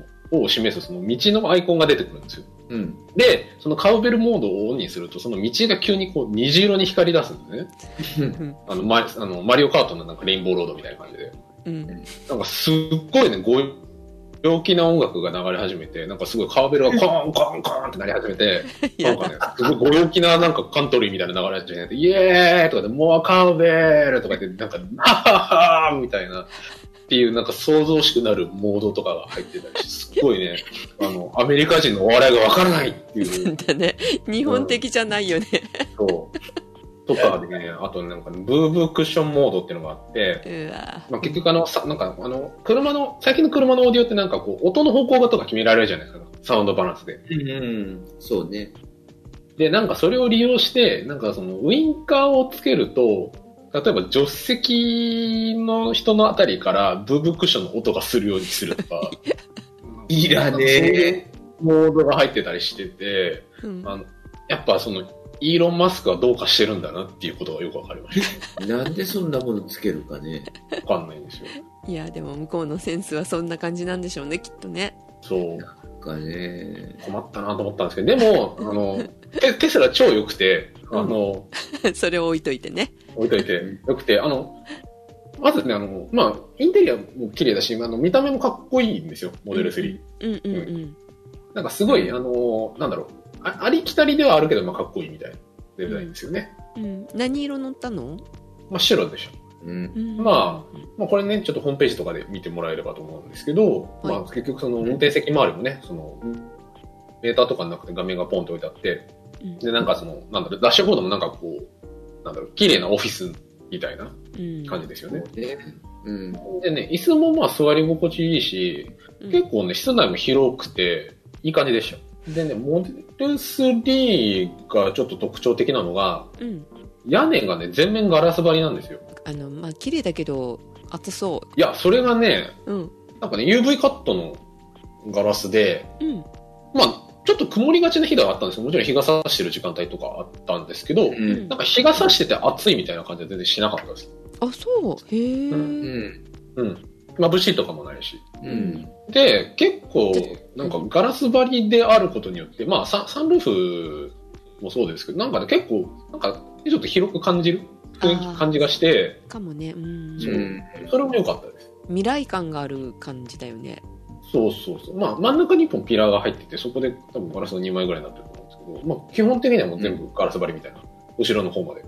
[SPEAKER 2] を示すその道のアイコンが出てくるんですよ。
[SPEAKER 3] うん。
[SPEAKER 2] で、そのカウベルモードをオンにすると、その道が急にこう虹色に光り出すんですね。あのマリあのマリオカートのなんかレインボーロードみたいな感じで。
[SPEAKER 1] うん
[SPEAKER 2] なんかすっごいね、ご陽気な音楽が流れ始めて、なんかすごいカーベルがコーンコーンコーンってなり始めて、
[SPEAKER 1] い
[SPEAKER 2] な
[SPEAKER 1] や
[SPEAKER 2] んかね、すごいご陽気ななんかカントリーみたいな流れ始めて、イエーイとかで、もうカーベルとか言って、なんか、ハハハみたいな、っていうなんか想像しくなるモードとかが入ってたりして、すっごいね、あの、アメリカ人のお笑いがわからないっていう。
[SPEAKER 1] だね日本的じゃないよね
[SPEAKER 2] そう。とかでね、あとなんか、ブーブークッションモードっていうのがあって、
[SPEAKER 1] うわ
[SPEAKER 2] まあ、結局あの、さなんかあの、車の、最近の車のオーディオってなんかこう、音の方向がとか決められるじゃないですか、サウンドバランスで。
[SPEAKER 3] うん。そうね。
[SPEAKER 2] で、なんかそれを利用して、なんかその、ウインカーをつけると、例えば助手席の人のあたりから、ブーブークッションの音がするようにするとか、
[SPEAKER 3] いらね
[SPEAKER 2] モードが入ってたりしてて、
[SPEAKER 1] うん
[SPEAKER 2] あの、やっぱその、イーロン・マスクはどうかしてるんだなっていうことがよくわかりまし
[SPEAKER 3] え。なんでそんなものつけるかね。
[SPEAKER 2] た。わかんないんですよ。
[SPEAKER 1] いやでも向こうのセンスはそんな感じなんでしょうねきっとね
[SPEAKER 2] そう。
[SPEAKER 3] かね。
[SPEAKER 2] 困ったなと思ったんですけど、でも、あの、テテスラ超良くて、あの、
[SPEAKER 1] それを置いといてね
[SPEAKER 2] 置いといて、良くて、あの、まずね、あの、まあ、インテリアも綺麗だし、あの、見た目もかっこいいんですよ、モデル3。
[SPEAKER 1] うんうんうん
[SPEAKER 2] なんかすごい、あの、なんだろう、あありきたりではあるけど、まあ、かっこいいみたいなデザインですよね。
[SPEAKER 1] うん、何色乗ったの、
[SPEAKER 2] まあ、白でしょ。
[SPEAKER 3] うん。
[SPEAKER 1] うん
[SPEAKER 2] ままあ、これね、ちょっとホームページとかで見てもらえればと思うんですけど、まあ、結局、その、運転席周りもね、その、メーターとかなくて画面がポンと置いてあって、
[SPEAKER 1] うん
[SPEAKER 2] で、なんかその、なんだろう、ダッシュボードもなんかこう、なんだろう、綺麗なオフィスみたいな
[SPEAKER 1] うん
[SPEAKER 2] 感じですよね。
[SPEAKER 3] ね。うん。
[SPEAKER 2] でね、椅子もまあ座り心地いいし、
[SPEAKER 1] うん
[SPEAKER 2] 結構ね、室内も広くて、いい感じでしたよ。でね、モデル3がちょっと特徴的なのが、
[SPEAKER 1] うん、
[SPEAKER 2] 屋根がね、全面ガラス張りなんですよ。
[SPEAKER 1] あのまあ綺麗だけど暑そ
[SPEAKER 2] いや、それがね、
[SPEAKER 1] ううん
[SPEAKER 2] なんかね、UV カットのガラスで、
[SPEAKER 1] うん
[SPEAKER 2] まあ、ちょっと曇りがちな日ではあったんですけど、もちろん日が差してる時間帯とかあったんですけど、
[SPEAKER 1] う
[SPEAKER 3] う
[SPEAKER 1] ん
[SPEAKER 3] ん。
[SPEAKER 2] なんか日が差してて暑いみたいな感じは全然しなかったです。
[SPEAKER 1] あそうへえ、、
[SPEAKER 2] う
[SPEAKER 3] うんん。
[SPEAKER 2] うん。眩しいとかもないし。
[SPEAKER 3] うん。
[SPEAKER 2] で、結構
[SPEAKER 1] で、
[SPEAKER 2] なんかガラス張りであることによって、まあサ、サンルーフもそうですけど、なんかね、結構、なんか、ちょっと広く感じる雰囲
[SPEAKER 1] あ
[SPEAKER 2] 気
[SPEAKER 1] ー
[SPEAKER 2] 感じがして、
[SPEAKER 1] かもねうん
[SPEAKER 2] そう
[SPEAKER 3] うん
[SPEAKER 2] それも良かったです。
[SPEAKER 1] 未来感がある感じだよね
[SPEAKER 2] そうそうそう。まあ、真ん中に1本ピラーが入ってて、そこで多分ガラスの2枚ぐらいになってると思うんですけど、まあ、基本的にはもう全部ガラス張りみたいな。後ろの方まで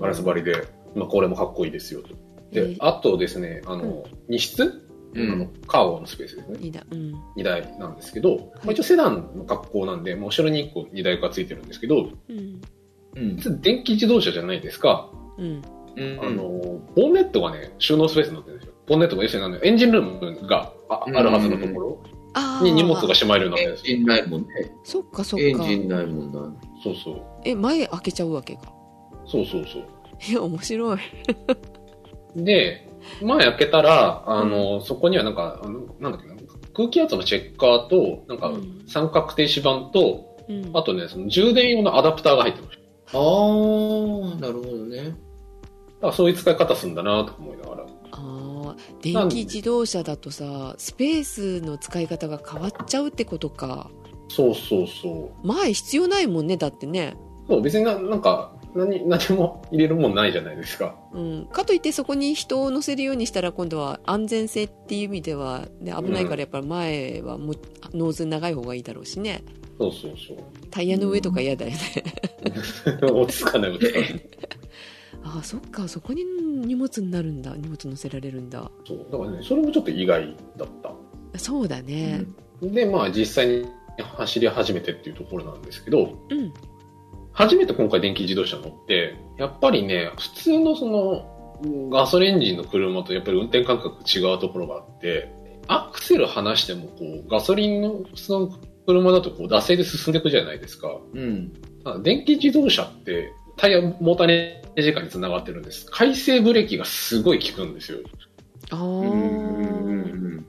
[SPEAKER 2] ガラス張りで、まあ、これもかっこいいですよと。
[SPEAKER 1] え
[SPEAKER 2] で
[SPEAKER 1] ー、
[SPEAKER 2] あとですね、あの、2室、
[SPEAKER 3] う
[SPEAKER 2] あの
[SPEAKER 3] ん。
[SPEAKER 2] カーゴのスペースですね。
[SPEAKER 1] いいだうん
[SPEAKER 2] 荷台なんですけど、まあ、一応セダンの格好なんで、まあ、後ろに1個荷台がついてるんですけど、
[SPEAKER 1] うん
[SPEAKER 3] うん。
[SPEAKER 2] 実は電気自動車じゃないですか。
[SPEAKER 1] うん
[SPEAKER 3] うん。
[SPEAKER 2] あの、ボンネットがね、収納スペースになってるんですよ。ボンネットが要するにあのエンジンルームがあ
[SPEAKER 3] うん
[SPEAKER 2] あるはずのところ
[SPEAKER 1] あー
[SPEAKER 2] に荷物がしまえるように
[SPEAKER 3] エ
[SPEAKER 2] な
[SPEAKER 3] ン
[SPEAKER 2] ってる
[SPEAKER 3] ジ
[SPEAKER 2] んで
[SPEAKER 3] ンないもんね。
[SPEAKER 1] そっかそっ
[SPEAKER 3] エン
[SPEAKER 1] か
[SPEAKER 3] ジンないもんな。
[SPEAKER 2] すよ。そうそう。
[SPEAKER 1] え前開けちゃうわけか
[SPEAKER 2] そうそうそう。
[SPEAKER 1] え面白い
[SPEAKER 2] で、前開けたら、あの、そこにはなんか、あのなんだっけな、空気圧のチェッカーと、なんか
[SPEAKER 1] うん
[SPEAKER 2] 三角停止板と、
[SPEAKER 1] うん
[SPEAKER 2] あとね、その充電用のアダプターが入ってました。
[SPEAKER 3] ああ、なるほどね。
[SPEAKER 2] あそういう使い方するんだなとか思いながら。
[SPEAKER 1] あー電気自動車だとさスペースの使い方が変わっちゃうってことか
[SPEAKER 2] そうそうそう。
[SPEAKER 1] 前必要ないもんねだってね、
[SPEAKER 2] そう別にななんか何、何も入れるもんないじゃないですか。
[SPEAKER 1] うん、かといってそこに人を乗せるようにしたら今度は安全性っていう意味では、ね、危ないからやっぱり前はもうノーズ長い方がいいだろうしね
[SPEAKER 2] そうそうそ
[SPEAKER 1] タイヤの上とか嫌だよね、
[SPEAKER 2] う。 落ち着かない、落ち着かない。
[SPEAKER 1] ああそっかそこに荷物になるんだ荷物乗せられるんだ
[SPEAKER 2] そうだからねそれもちょっと意外だった
[SPEAKER 1] そうだね
[SPEAKER 2] でまあ実際に走り始めてっていうところなんですけど
[SPEAKER 1] うん
[SPEAKER 2] 初めて今回電気自動車乗ってやっぱりね普通のそのうんガソリンエンジンの車とやっぱり運転感覚違うところがあってアクセル離してもこうガソリンの普通の車だとこう惰性で進んでいくじゃないですか
[SPEAKER 3] うん。
[SPEAKER 2] ただ電気自動車ってタイヤモーターネジ間につながってるんです回生ブレーキがすごい効くんですよ
[SPEAKER 1] ああ、
[SPEAKER 3] うん。うん。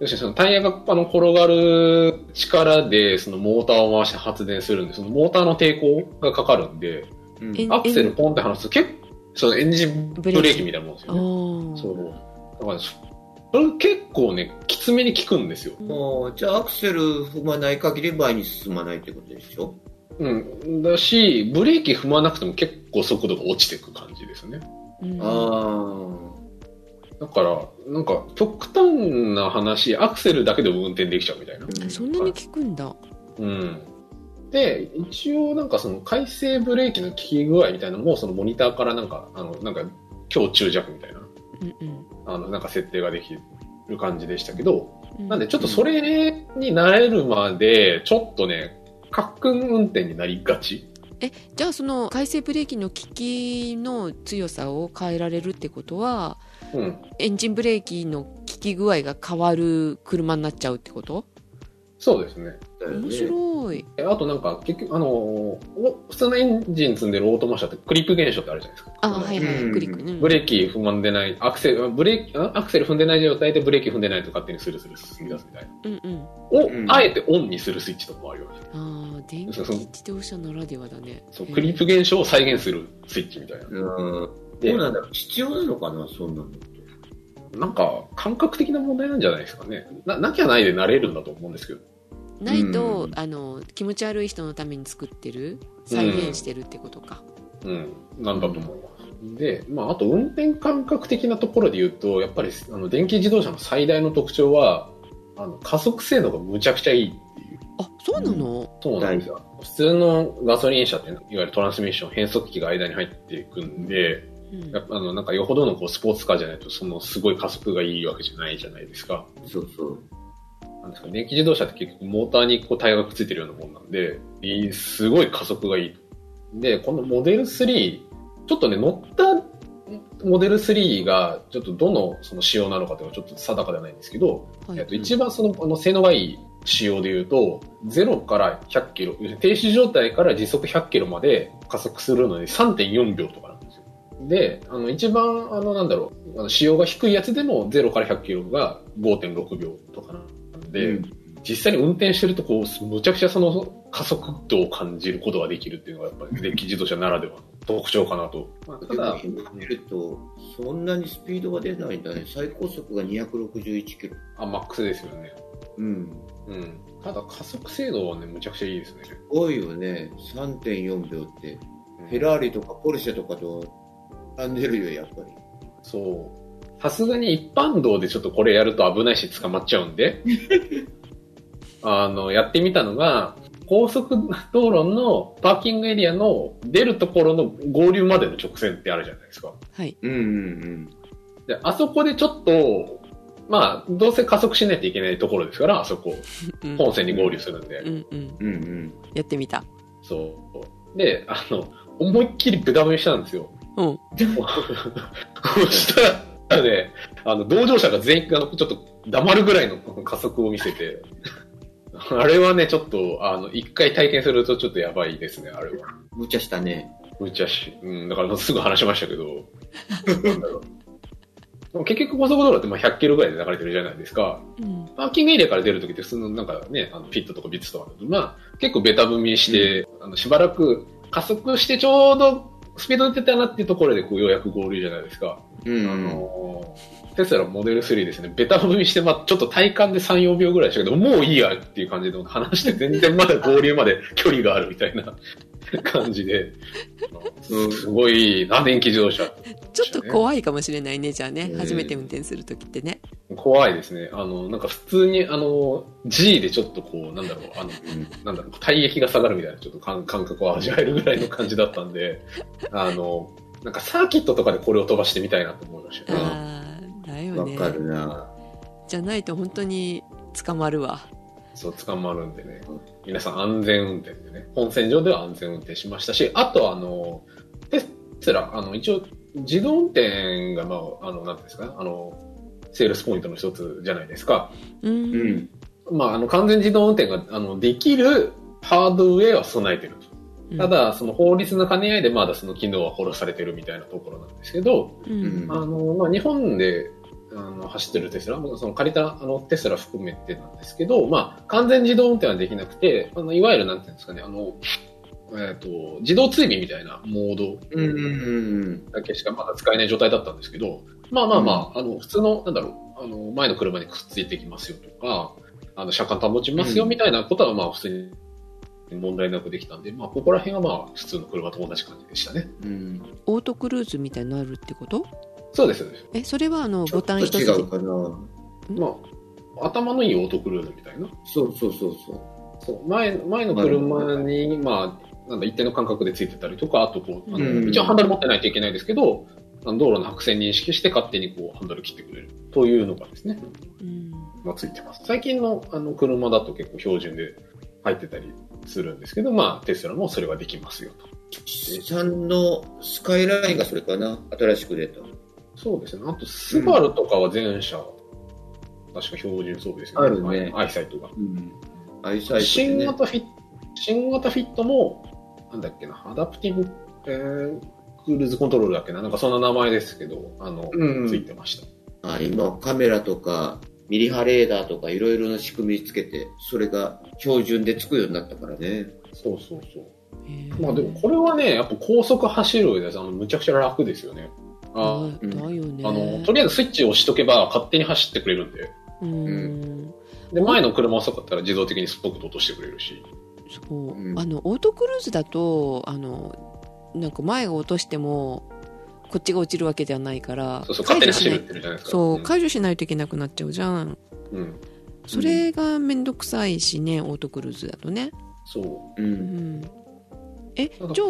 [SPEAKER 2] 要するにそのタイヤがあの転がる力でそのモーターを回して発電するんで、そのモーターの抵抗がかかるんで、
[SPEAKER 3] うん。
[SPEAKER 1] えん
[SPEAKER 2] アクセルポンって離すと結構、そのエンジンブレーキみたいなもんです
[SPEAKER 1] あ
[SPEAKER 2] よね。
[SPEAKER 1] ー
[SPEAKER 2] そう。だからそ、それ結構ね、きつめに効くんですよ。
[SPEAKER 3] ああ、じゃあアクセル踏まない限り前に進まないってことでしょ
[SPEAKER 2] うん。だし、ブレーキ踏まなくても結構速度が落ちていく感じですね。
[SPEAKER 1] うん
[SPEAKER 3] あ
[SPEAKER 2] だから、なんか、極端な話、アクセルだけでも運転できちゃうみたいな。
[SPEAKER 3] あ。
[SPEAKER 1] そんなに効くんだ
[SPEAKER 2] うん。で、一応なんかその回生ブレーキの効き具合みたいなのも、そのモニターからなんか、あの、なんか、強中弱みたいな、
[SPEAKER 1] うんうん
[SPEAKER 2] あの、なんか設定ができる感じでしたけど、
[SPEAKER 1] うん
[SPEAKER 2] なんでちょっとそれに慣れるまで、ちょっとね、カックン運転になりがち。
[SPEAKER 1] じゃあその回生ブレーキの効きの強さを変えられるってことは
[SPEAKER 2] うん。
[SPEAKER 1] エンジンブレーキの効き具合が変わる車になっちゃうってこと
[SPEAKER 2] そうですね。
[SPEAKER 3] だよね
[SPEAKER 1] 面白い、
[SPEAKER 2] であとなんか、結局、あのーお普通のエンジン積んでるオートマ車ってクリップ現象ってあるじゃないですか。
[SPEAKER 1] あはいはい、
[SPEAKER 3] うん
[SPEAKER 1] クリックね
[SPEAKER 2] ブレーキ踏まんでない、アクセル、ブレーキ、んアクセル踏んでない状態でブレーキ踏んでないと勝手にスルスル進み出すみたいな。
[SPEAKER 1] うんうん
[SPEAKER 2] を、
[SPEAKER 3] うん
[SPEAKER 2] あえてオンにするスイッチとかもあるよね。
[SPEAKER 1] ああ電気
[SPEAKER 2] そうそう
[SPEAKER 1] 自動車ならではだね
[SPEAKER 2] そう、クリップ現象を再現するスイッチみたいな。
[SPEAKER 3] うん。
[SPEAKER 2] で
[SPEAKER 3] どうなんだろう必要なのかなそんなのって。
[SPEAKER 2] なんか、感覚的な問題なんじゃないですかね。な、なきゃないでなれるんだと思うんですけど。
[SPEAKER 1] ないと、
[SPEAKER 3] うん
[SPEAKER 1] あの気持ち悪い人のために作ってる再現してるってことか、
[SPEAKER 2] うん、なんだと思います。で、まあ、あと運転感覚的なところで言うと、やっぱり、あの、電気自動車の最大の特徴は、あの、加速性能がむちゃくちゃいいっていう。
[SPEAKER 1] あそうなの、
[SPEAKER 2] そうなんですよ。普通のガソリン車って、いわゆるトランスミッション、変速機が間に入っていくんで、
[SPEAKER 1] うん
[SPEAKER 2] やっぱあの、なんかよほどのこうスポーツカーじゃないと、そのすごい加速がいいわけじゃないじゃないですか。
[SPEAKER 3] そうそう。
[SPEAKER 2] なんですか電気自動車って結局モーターにこうタイヤがくっついてるようなもんなんで、いいすごい加速がいい。で、このモデル3、ちょっとね、乗ったモデル3が、ちょっとどのその仕様なのかというのはちょっと定かではないんですけど、
[SPEAKER 1] はい
[SPEAKER 2] えっと、一番そのあの性能がいい仕様で言うと、0から100キロ、停止状態から時速100キロまで加速するのに3.4秒とかなんですよ。で、あの、一番、あの、なんだろう、あの仕様が低いやつでも0から100キロが5.6秒とかなんで、
[SPEAKER 3] うん
[SPEAKER 2] 実際に運転してるとこう、むちゃくちゃその加速度を感じることができるっていうのが、やっぱり電気自動車ならではの特徴かなと。まあ、た
[SPEAKER 3] でも
[SPEAKER 2] だ、
[SPEAKER 3] 今見ると、そんなにスピードが出ないんだね。最高速が261キロ。
[SPEAKER 2] あ、マックスですよね。
[SPEAKER 3] うん。
[SPEAKER 2] うん。ただ、加速精度はね、むちゃくちゃいいですね。
[SPEAKER 3] すごいよね。3.4秒って。
[SPEAKER 2] うん
[SPEAKER 3] フェラーリとかポルシェとかと並んでるよ、やっぱり。
[SPEAKER 2] そう。さすがに一般道でちょっとこれやると危ないし捕まっちゃうんで、あの、やってみたのが、高速道路のパーキングエリアの出るところの合流までの直線ってあるじゃないですか。
[SPEAKER 1] はい。
[SPEAKER 3] うんうん
[SPEAKER 2] で、あそこでちょっと、まあ、どうせ加速しないといけないところですから、あそこ、
[SPEAKER 1] うん
[SPEAKER 2] 本線に合流するんで。
[SPEAKER 1] うんうん。
[SPEAKER 3] うん。うんうん。
[SPEAKER 1] やってみた。
[SPEAKER 2] そう。で、あの、思いっきりベタ踏みしたんですよ。
[SPEAKER 1] うん。
[SPEAKER 2] でも、こうしたらね、あの、同乗者が全員、あの、ちょっと黙るぐらいの加速を見せて、あれはね、ちょっと、あの、一回体験するとちょっとやばいですね、あれは。
[SPEAKER 3] 無茶したね。
[SPEAKER 2] むちゃし、うん、だからもうすぐ話しました けど、なんだろう。でも結局高速道路ってまあ100キロぐらいで流れてるじゃないですか。
[SPEAKER 1] うん。
[SPEAKER 2] パーキングエリアから出るときって、普通のなんかね、あのフィットとかビッツとかだと、まあ、結構ベタ踏みして、あのしばらく加速してちょうどスピード出てたなっていうところで、こう、ようやく合流じゃないですか。
[SPEAKER 3] うん
[SPEAKER 2] あ
[SPEAKER 3] うん。
[SPEAKER 2] のーテスラモデル3ですね、ベタ踏みして、まあ、ちょっと体感で3、4秒ぐらいでしたけど、もういいやっていう感じで、話して全然まだ合流まで距離があるみたいな 感じで、
[SPEAKER 3] うん
[SPEAKER 2] すごいな、電気自動車。
[SPEAKER 1] ちょっと怖いかもしれないね、じゃあね
[SPEAKER 2] う。ん
[SPEAKER 1] 初めて運転するときってね。
[SPEAKER 2] 怖いですね。あの、なんか普通に、あの、G でちょっとこう、なんだろう、あの、なんだろう、体液が下がるみたいな、ちょっと感感覚を味わえるぐらいの感じだったん で、あの、なんかサーキットとかでこれを飛ばしてみたいなと思いましたね。
[SPEAKER 1] ああ、だよ
[SPEAKER 3] わ
[SPEAKER 1] ね。
[SPEAKER 3] かるな。
[SPEAKER 1] じゃないと本当に捕まるわ。
[SPEAKER 2] そう、捕まるんでね。皆さん安全運転でね。本線上では安全運転しましたし、あとあの、テスラ、あの、一応、自動運転が、まあ、あの、なんていうんですかね、あの、セールスポイントの一つじゃないですか。
[SPEAKER 1] う。
[SPEAKER 3] うんん。
[SPEAKER 2] まあ、あの、完全自動運転が、あの、できるハードウェアは備えてる。
[SPEAKER 1] うん
[SPEAKER 2] た、だ、その法律の兼ね合いでまだその機能は殺されてるみたいなところなんですけど、
[SPEAKER 1] う。
[SPEAKER 3] うんん
[SPEAKER 2] あの、まあ、日本で、あの、走ってるテスラ、まあその借りた、あの、テスラ含めてなんですけど、まあ、完全自動運転はできなくて、あの、いわゆるなんていうんですかね、あの、えっ、と、自動追尾みたいなモー
[SPEAKER 3] うんうん
[SPEAKER 2] ドだけしかまだ使えない状態だったんですけど、まあまあまあ、あの、普通の、なんだろう、あの、前の車にくっついてきますよとか、あの、車間保ちますよみたいなことは、まあ、普通に、問題なくできたんで、まあ、ここら辺はまあ、普通の車と同じ感じでしたね。
[SPEAKER 3] うん。うん。
[SPEAKER 1] オートクルーズみたいになるってこと
[SPEAKER 2] そうです、そうです。
[SPEAKER 1] え、それはあの、
[SPEAKER 3] ちょ
[SPEAKER 1] ボ
[SPEAKER 3] っ
[SPEAKER 1] タ
[SPEAKER 3] と
[SPEAKER 1] ン一つで
[SPEAKER 3] 違。うかな。
[SPEAKER 2] まあ、頭のいいオートクルーズみたいな。
[SPEAKER 3] そうそうそうそ
[SPEAKER 2] そう前前の車に、まあ、なんだ一定の間隔でついてたりとか、あとこうあの、
[SPEAKER 1] うん
[SPEAKER 2] 一応ハンドル持ってないといけないですけど、あの道路の白線認識して勝手にこうハンドル切ってくれるというのがですね、
[SPEAKER 1] うん。
[SPEAKER 2] まあ、ついてます。最近のあの車だと結構標準で入ってたりするんですけど、まあ、テスラもそれはできますよと。
[SPEAKER 3] う。さんのスカイラインがそれかな。新しく出た。
[SPEAKER 2] そうですね。あと、スバルとかは全車、確か標準装備ですよね。
[SPEAKER 3] あるね
[SPEAKER 2] アイサイトが。
[SPEAKER 3] うん。アイサイトで
[SPEAKER 2] 新
[SPEAKER 3] ね。
[SPEAKER 2] 型フィット、新型フィットも、なんだっけな、アダプティブ、えークールズコントロールだっけな、なんかそんな名前ですけど、あの、
[SPEAKER 3] うん
[SPEAKER 2] ついてました。
[SPEAKER 3] あ今カメラとかミリ波レーダーとかいろいろな仕組みつけてそれが標準でつくようになったからね
[SPEAKER 2] そうそうそう。
[SPEAKER 1] へー
[SPEAKER 2] まあでもこれはね、やっぱ高速走る上で、あの、むちゃくちゃ楽ですよね。あ
[SPEAKER 1] うんだよね。
[SPEAKER 2] あの、とりあえずスイッチを押しとけば勝手に走ってくれるんで。
[SPEAKER 1] うん。
[SPEAKER 2] で、前の車遅かったら自動的にすっぽくと落としてくれるし。
[SPEAKER 1] そう、
[SPEAKER 3] うん
[SPEAKER 1] あのオートクルーズだとあのなんか前を落としてもこっちが落ちるわけではないから
[SPEAKER 2] そうそう、
[SPEAKER 1] 解
[SPEAKER 2] 勝手に
[SPEAKER 1] 除し
[SPEAKER 2] 走
[SPEAKER 1] な
[SPEAKER 2] るっ
[SPEAKER 1] い
[SPEAKER 2] てるじゃないですか。
[SPEAKER 1] そう、
[SPEAKER 2] ん
[SPEAKER 1] 解除しないといけなくなっちゃうじゃん
[SPEAKER 2] うん。
[SPEAKER 1] それが面倒くさいしねオートクルーズだとね、
[SPEAKER 2] そう
[SPEAKER 1] うんん、えじゃあ
[SPEAKER 2] なんか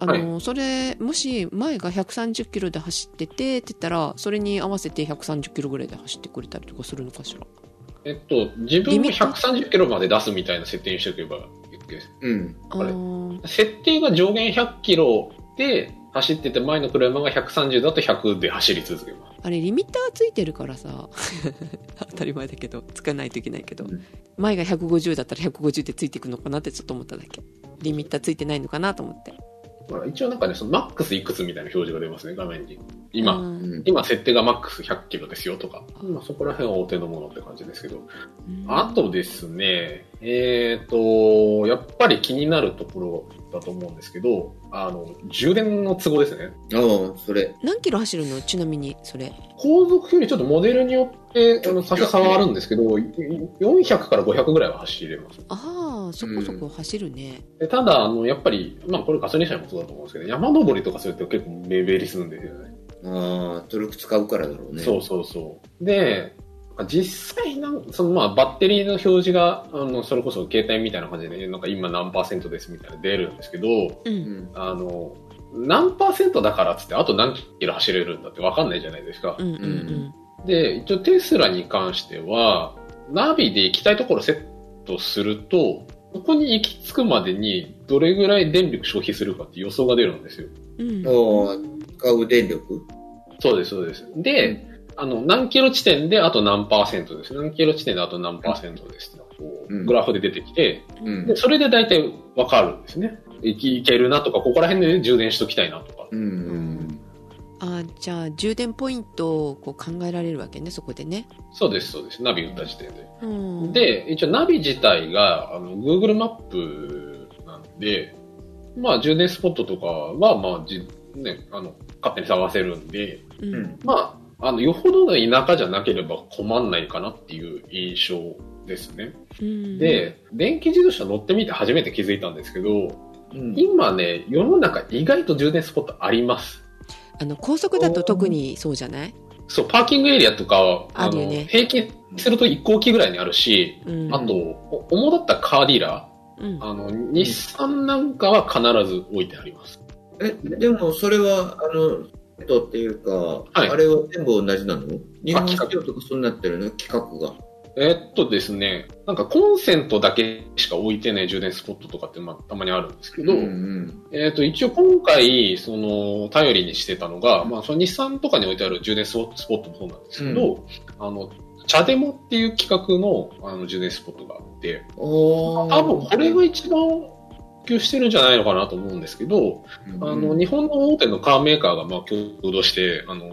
[SPEAKER 1] あの、それもし前が130キロで走っててって言ったらそれに合わせて130キロぐらいで走ってくれたりとかするのかしら
[SPEAKER 2] う。えっと、自分も
[SPEAKER 1] リミット
[SPEAKER 2] 130キロまで出すみたいな設定にしておけばいいです。
[SPEAKER 3] うん
[SPEAKER 1] あー
[SPEAKER 2] 設定が上限100キロで走ってて前の車が130だと100で走り続けま
[SPEAKER 1] あれリミッターついてるからさ 当たり前だけどつかないといけないけど、
[SPEAKER 3] うん
[SPEAKER 1] 前が150だったら150でついていくのかなってちょっと思っただけリミッターついてないのかなと思って
[SPEAKER 2] す。ほら一応なんかね、そのマックスいくつみたいな表示が出ますね、画面に。
[SPEAKER 1] あ
[SPEAKER 2] 今、
[SPEAKER 3] う
[SPEAKER 1] ー
[SPEAKER 3] ん
[SPEAKER 2] 今設定がマックス100キロですよとか、
[SPEAKER 1] あ
[SPEAKER 2] まあ、そこら辺はお手のものって感じですけど。
[SPEAKER 1] うん
[SPEAKER 2] あとですね、えっ、と、やっぱり気になるところだと思うんですけど、あの、充電の都合ですね。
[SPEAKER 3] ああそれ
[SPEAKER 1] 何キロ走るのちなみにそれ
[SPEAKER 2] 後続よりちょっとモデルによって、あの、差し差はあるんですけど、400から500ぐらいは走れます。
[SPEAKER 1] ああそこそこ走るね、
[SPEAKER 2] でただ、あの、やっぱり、まあこれガソリン車もそうだと思うんですけど、山登りとかすると結構目減りするんですよね。
[SPEAKER 3] ああ、トルク使うからだろうね。
[SPEAKER 2] そうそうそう。で、実際なん、そのまあバッテリーの表示が、あの、それこそ携帯みたいな感じで、なんか今何パーセントですみたいなの出るんですけど、
[SPEAKER 1] う。
[SPEAKER 3] うんん。
[SPEAKER 2] あの、何パーセントだからっつって、あと何キロ走れるんだってわかんないじゃないですか
[SPEAKER 1] う。んうんうん。
[SPEAKER 2] で、一応テスラに関しては、ナビで行きたいところセットすると、ここに行き着くまでにどれぐらい電力消費するかって予想が出るんですよ。
[SPEAKER 1] うん。
[SPEAKER 3] お使う電力
[SPEAKER 2] そうです、そうです。で、あの、何キロ地点であと何パーセントです。何キロ地点であと何パーセントですってこう
[SPEAKER 3] うん
[SPEAKER 2] グラフで出てきて、
[SPEAKER 3] うん
[SPEAKER 2] で、。それで大体わかるんですね。行き行けるなとか、ここら辺で充電しときたいなとか。
[SPEAKER 3] うん。
[SPEAKER 1] あーじゃあ充電ポイントをこう考えられるわけねそこでね。
[SPEAKER 2] そうです、そうです。ナビ打った時点で。
[SPEAKER 1] うん、
[SPEAKER 2] で、一応ナビ自体があの Google マップなんで、まあ充電スポットとかは、まあじ、ね、あの、勝手に探せるんで、
[SPEAKER 1] うん
[SPEAKER 3] うん
[SPEAKER 2] まあ、あの、よほどの田舎じゃなければ困んないかなっていう印象ですね。
[SPEAKER 1] うん、
[SPEAKER 2] で、電気自動車乗ってみて初めて気づいたんですけど、
[SPEAKER 3] うん。
[SPEAKER 2] 今ね、世の中意外と充電スポットあります。
[SPEAKER 1] あの高速だと特にそうじゃない、
[SPEAKER 2] そう、パーキングエリアとかは、
[SPEAKER 1] あるよ
[SPEAKER 2] の、
[SPEAKER 1] ね
[SPEAKER 2] 平均すると1号機ぐらいにあるし、
[SPEAKER 1] うん、
[SPEAKER 2] あと、お主だったカーディーラー、
[SPEAKER 1] うん、
[SPEAKER 2] あの、日産なんかは必ず置いてあります。
[SPEAKER 3] え、でもそれは、あの、えっとっていうか、
[SPEAKER 2] い
[SPEAKER 3] あれは全部同じなの日本
[SPEAKER 2] 規格
[SPEAKER 3] 企業とかそうなってるの規格が。
[SPEAKER 2] えっとですね、なんかコンセントだけしか置いてない充電スポットとかって、まあ、たまにあるんですけど、
[SPEAKER 3] うん
[SPEAKER 2] えっと、一応今回、その、頼りにしてたのが、まあ、その日産とかに置いてある充電スポットもそうなんですけど、あの、チャデモっていう企画のあの充電スポットがあって、
[SPEAKER 3] お
[SPEAKER 2] 多分これが一番普及してるんじゃないのかなと思うんですけど、あの、日本の大手のカーメーカーが、まあ、共同して、あの、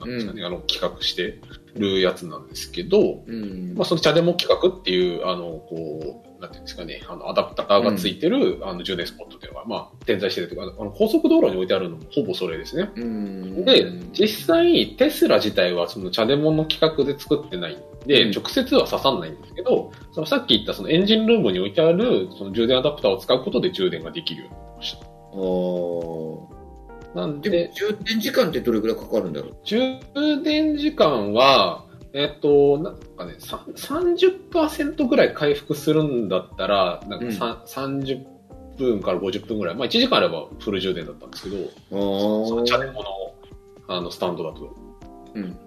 [SPEAKER 2] なんですかね、あの、企画してるやつなんですけど、
[SPEAKER 3] うん
[SPEAKER 2] まあ、そのチャデモ企画っていう、あの、こう、なんていうんですかね、あの、アダプターがついてる、あの、充電スポットっていうのが、まあ、点在してるというか、あの、高速道路に置いてあるのもほぼそれですね。
[SPEAKER 3] うん
[SPEAKER 2] で、実際、テスラ自体は、その、チャデモの企画で作ってないんで、
[SPEAKER 3] うん
[SPEAKER 2] 直接は刺さんないんですけど、その、さっき言った、その、エンジンルームに置いてある、その、充電アダプターを使うことで充電ができるようになりました。
[SPEAKER 3] お
[SPEAKER 2] なん
[SPEAKER 3] で
[SPEAKER 2] で、
[SPEAKER 3] も充電時間ってどれぐらいかかるんだろう
[SPEAKER 2] 充電時間は、えっと、なんかね、さ30%ぐらい回復するんだったら、なんかさ、30分から50分ぐらい、まあ1時間あればフル充電だったんですけど、そのチャレンモのあのスタンドだと。
[SPEAKER 3] うん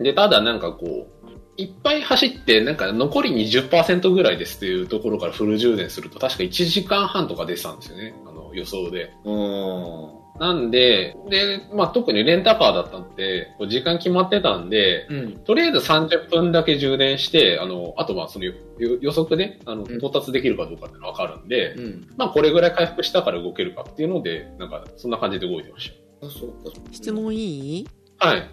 [SPEAKER 2] で、ただなんかこう、いっぱい走って、なんか残り20%ぐらいですっていうところからフル充電すると、確か1時間半とか出てたんですよね、あの予想で。
[SPEAKER 3] あ
[SPEAKER 2] なんで、で、まあ特にレンタカーだったんで、こう時間決まってたんで、
[SPEAKER 3] ーうん
[SPEAKER 2] とりあえず30分だけ充電して、あの、あとまあそのよ予測で、あの、
[SPEAKER 3] ん
[SPEAKER 2] 到達できるかどうかっていうのがわかるんで、
[SPEAKER 3] うん
[SPEAKER 2] まあこれぐらい回復したから動けるかっていうので、なんかそんな感じで動いてまし
[SPEAKER 3] あそうか
[SPEAKER 1] 質問いい
[SPEAKER 2] た。はい。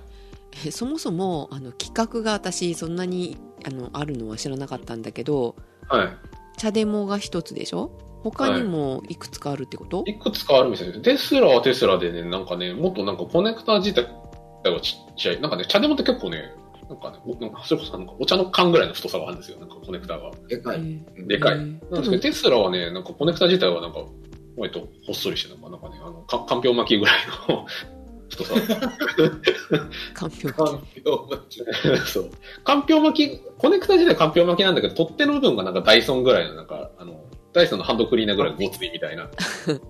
[SPEAKER 1] えそもそもあの企画が私そんなにあのあるのは知らなかったんだけど
[SPEAKER 2] は
[SPEAKER 1] 茶デモが一つでしょ他にもいくつかあるってこと、
[SPEAKER 2] い。いくつかあるみたいです。テスラはテスラでね、なんかね、もっとなんかコネクター自体がちっちゃい。なんかね、茶でもって結構ね、なんかね、おなんかそれこそなんかお茶の缶ぐらいの太さがあるんですよ。なんかコネクターが。
[SPEAKER 3] でか
[SPEAKER 1] う
[SPEAKER 3] い
[SPEAKER 1] ん
[SPEAKER 2] でかい
[SPEAKER 1] うん
[SPEAKER 2] なんですけど、テスラはね、なんかコネクタ自体はなんか、割とほっそりしてなんか、なんかね、あの、かんぴょう巻きぐらいの 太さ。
[SPEAKER 1] かんぴょう
[SPEAKER 3] 環境が違う
[SPEAKER 2] そう。かんぴょう巻き、コネクタ自体かんぴょう巻きなんだけど、取っ手の部分がなんかダイソンぐらいの、なんか、あの、ダイソンのハンドクリーナーぐらいのごついみたいな。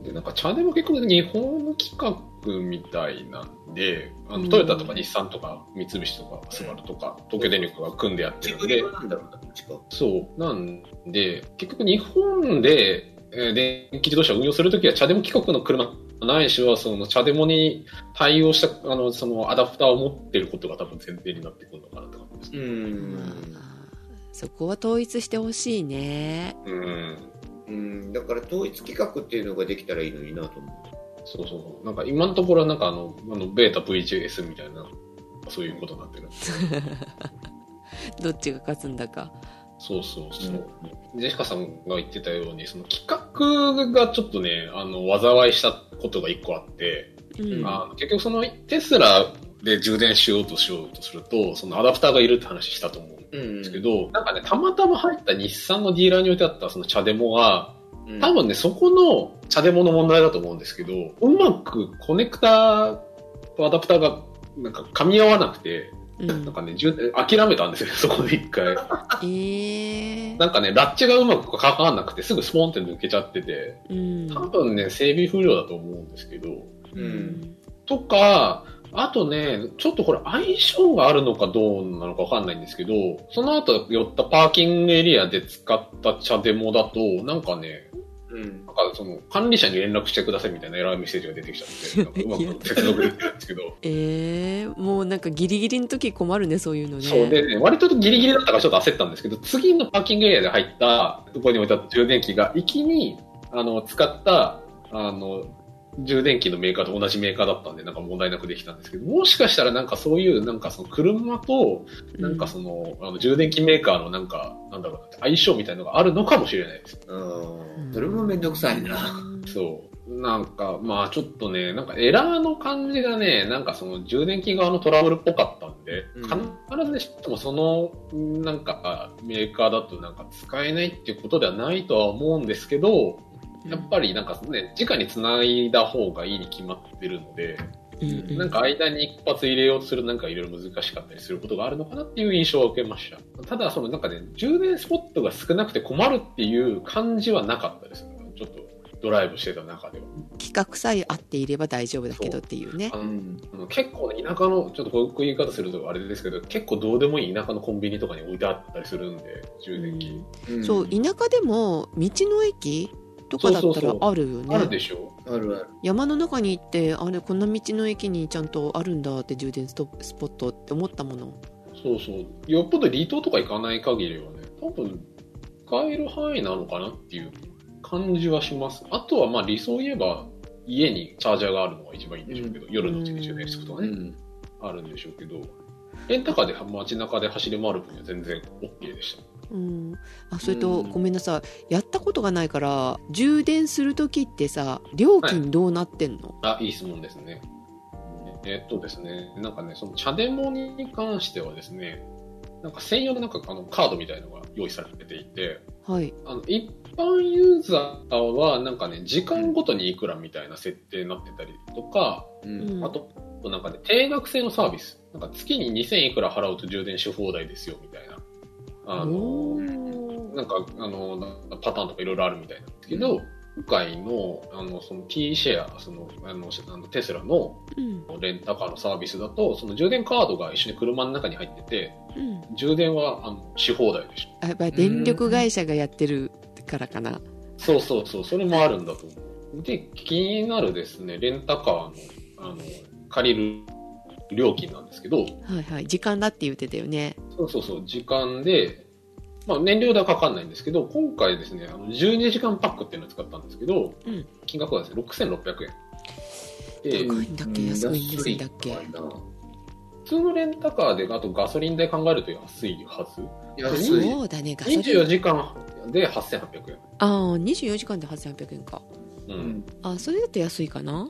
[SPEAKER 2] で、なんか、チャンネルも結構日本の企画みたいなんで、あ
[SPEAKER 1] うん
[SPEAKER 2] のトヨタとか日産とか三菱とかスバルとか東京電力が組んでやって
[SPEAKER 3] ジ
[SPEAKER 2] るん
[SPEAKER 3] ブ
[SPEAKER 2] で
[SPEAKER 3] リ、なんだろうなこっちか
[SPEAKER 2] そう。なんで、結局日本で、えー電気自動車を運用するときは、チャデモ規格の車ないしは、そのチャデモに対応した、あの、そのアダプターを持ってることが多分前提になってくるのかなって感じです
[SPEAKER 3] う
[SPEAKER 2] ね。
[SPEAKER 3] ん
[SPEAKER 1] あーそこは統一してほしいね
[SPEAKER 2] うん。
[SPEAKER 3] うんだから統一規格っていうのができたらいいのになと思う
[SPEAKER 2] そうそう。なんか今のところはなんかあの、あのベータ VJS みたいな、そういうことになってる。
[SPEAKER 1] どっちが勝つんだか
[SPEAKER 2] そうそうそう。ジェシカさんが言ってたように、その企画がちょっとね、あの、災いしたことが一個あって、
[SPEAKER 1] うん
[SPEAKER 2] あの結局そのテスラで充電しようとしようとすると、そのアダプターがいるって話したと思うんで
[SPEAKER 3] うん
[SPEAKER 2] すけど、なんかね、たまたま入った日産のディーラーに置いてあったそのチャデモが、
[SPEAKER 3] うん
[SPEAKER 2] 多分ね、そこのチャデモの問題だと思うんですけど、うまくコネクタとアダプターがなんか噛み合わなくて、
[SPEAKER 1] うん
[SPEAKER 2] なんかね、じゅ諦めたんですよ、 そこで一回。
[SPEAKER 1] ええ
[SPEAKER 2] なんかね、ラッチがうまくかかんなくて、すぐスポンって抜けちゃってて、
[SPEAKER 1] うん
[SPEAKER 2] 多分ね、整備不良だと思うんですけど、
[SPEAKER 1] う
[SPEAKER 3] うん
[SPEAKER 1] ん
[SPEAKER 2] とか、あとね、ちょっとこれ相性があるのかどうなのかわかんないんですけど、その後寄ったパーキングエリアで使った茶デモだと、なんかね、
[SPEAKER 3] うん
[SPEAKER 2] なんかその管理者に連絡してくださいみたいなエラーメッセージが出てきちゃって、なんかうまく接続できてるんですけ ど、
[SPEAKER 1] ええもうなんかギリギリの時困るねそういうのね
[SPEAKER 2] そうで、ね、割とギリギリだったからちょっと焦ったんですけど、次のパーキングエリアで入った、そこに置いてあった充電器が、行きに、あの、使った、あの、充電器のメーカーと同じメーカーだったんで、なんか問題なくできたんですけど、もしかしたらなんかそういう、なんかその車と、
[SPEAKER 1] う
[SPEAKER 2] なんかその、あの充電器メーカーのなんか、なんだろうな、相性みたいなのがあるのかもしれないです。
[SPEAKER 3] あーそれもめんどくさいな。
[SPEAKER 2] そう。なんか、まあちょっとね、なんかエラーの感じがね、なんかその充電器側のトラブルっぽかったんで、
[SPEAKER 3] うん
[SPEAKER 2] 必ずしもその、なんかメーカーだとなんか使えないっていうことではないとは思うんですけど、やっぱりなんかね、直に繋いだ方がいいに決まってるので、
[SPEAKER 1] り
[SPEAKER 2] なんか間に一発入れようとするとなんかいろいろ難しかったりすることがあるのかなっていう印象を受けました。ただ、そのなんかね、充電スポットが少なくて困るっていう感じはなかったです。ちょっとドライブしてた中では。
[SPEAKER 1] 企画さえ合っていれば大丈夫だけどっていうね
[SPEAKER 2] そう
[SPEAKER 3] うん
[SPEAKER 2] あの結構ね、田舎の、ちょっとこういう言い方するとあれですけど、結構どうでもいい田舎のコンビニとかに置いてあったりするんで、充電器。
[SPEAKER 3] うん
[SPEAKER 1] そう田舎でも道の駅とかだ
[SPEAKER 2] そ
[SPEAKER 1] っ
[SPEAKER 2] う
[SPEAKER 1] た
[SPEAKER 2] そう
[SPEAKER 1] ら
[SPEAKER 2] そう
[SPEAKER 1] あるよね
[SPEAKER 2] あるでしょ
[SPEAKER 3] あるある。
[SPEAKER 1] 山の中に行ってあれこんな道の駅にちゃんとあるんだって充電ストスポットって思ったもの
[SPEAKER 2] そうそう。よっぽど離島とか行かない限りはね、多分、使える範囲なのかなっていう感じはします。あとは、まあ理想を言えば、家にチャージャーがあるのが一番いいんでしょうけど、夜のうちに充電するとかね、あるんでしょうけど、レンタカーで街中で走り回る分には全然 OK でした。
[SPEAKER 1] うんあそれと
[SPEAKER 3] うん
[SPEAKER 1] ごめんなさいやったことがないから充電する時ってさ料金どうなってんの、
[SPEAKER 2] あ、いい質問ですね。えっとですね、なんかね、その茶デモに関してはですね、なんか専用のなんかあのカードみたいのが用意されていて、
[SPEAKER 1] はい
[SPEAKER 2] あの一般ユーザーはなんかね時間ごとにいくらみたいな設定になってたりとか、
[SPEAKER 1] うん
[SPEAKER 2] あとなんかね定額制のサービスなんか月に2000いくら払うと充電し放題ですよみたいなあの
[SPEAKER 1] おー
[SPEAKER 2] なんかあのパターンとかいろいろあるみたいなんですけど、
[SPEAKER 3] う
[SPEAKER 2] 今回のあのその T シェアそのあのあのテスラの
[SPEAKER 1] うん
[SPEAKER 2] レンタカーのサービスだとその充電カードが一緒に車の中に入ってて
[SPEAKER 1] うん
[SPEAKER 2] 充電はあのし放題でしょ
[SPEAKER 1] あやっぱり電力会社がやってるからかな
[SPEAKER 2] そうそうそう、それもあるんだと思う。で、気になるですね、レンタカーの、あの、借りる料金なんですけど、
[SPEAKER 1] はいはい時間だって言ってたよね
[SPEAKER 2] そうそうそう、時間で、まあ、燃料代はかかんないんですけど、今回ですね、あの12時間パックっていうのを使ったんですけど、
[SPEAKER 1] うん
[SPEAKER 2] 金額はですね、6600円。で、
[SPEAKER 1] 高いんだっけ安いんですんだっけ
[SPEAKER 3] 安いな
[SPEAKER 2] 普通のレンタカーで、あとガソリン代考えると安いはず。
[SPEAKER 3] 安
[SPEAKER 2] 安
[SPEAKER 3] い。
[SPEAKER 1] そうだねガソリ
[SPEAKER 2] 24
[SPEAKER 1] ン
[SPEAKER 2] 時間で8800円。
[SPEAKER 1] ああ24時間で8800円か
[SPEAKER 2] う。
[SPEAKER 3] うんん
[SPEAKER 1] あそれだと安いかな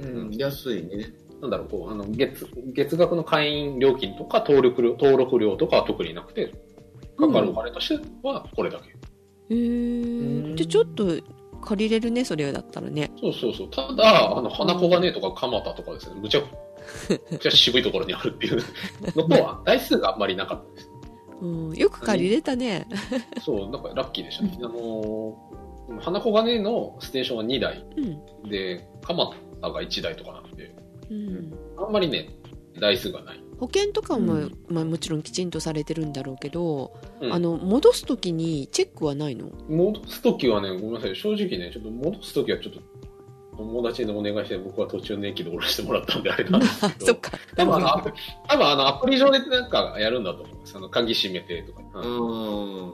[SPEAKER 3] うん、安い ね。
[SPEAKER 2] なんだろう、こう、あの、月、月額の会員料金とか登録料、登録料とかは特になくて、かかるお金としてはこれだけ。
[SPEAKER 1] へ
[SPEAKER 3] う
[SPEAKER 1] え
[SPEAKER 3] ん
[SPEAKER 1] じゃあちょっと借りれるねそれだったらね
[SPEAKER 2] そうそうそう。ただ、あの、花子がねとか蒲田とかですね、むちゃむちゃ渋いところにあるっていうのとは、台数があんまりなかったで
[SPEAKER 1] うん、よく借りれたね。
[SPEAKER 2] す。そう、なんかラッキーでしたね。あのー、花子がねのステーションは2台
[SPEAKER 1] うん。
[SPEAKER 2] で、蒲田が1台とかなんで、
[SPEAKER 1] うん。
[SPEAKER 2] あんまりね、台数がない。
[SPEAKER 1] 保険とかも、
[SPEAKER 3] うん
[SPEAKER 1] まあもちろんきちんとされてるんだろうけど、
[SPEAKER 2] うん
[SPEAKER 1] あの、戻すときにチェックは ないの
[SPEAKER 2] 戻すときはね、ごめんなさい、正直ね、ちょっと戻すときはちょっと友達にお願いして、僕は途中の駅で降ろしてもらったんで、あれなんです
[SPEAKER 1] あ、
[SPEAKER 2] け
[SPEAKER 1] そっ
[SPEAKER 2] ど、
[SPEAKER 1] か。
[SPEAKER 2] 多分あのアプリ、多分あのアプリ上でなんかやるんだと思います。あの鍵閉めてとか。
[SPEAKER 3] う
[SPEAKER 2] うん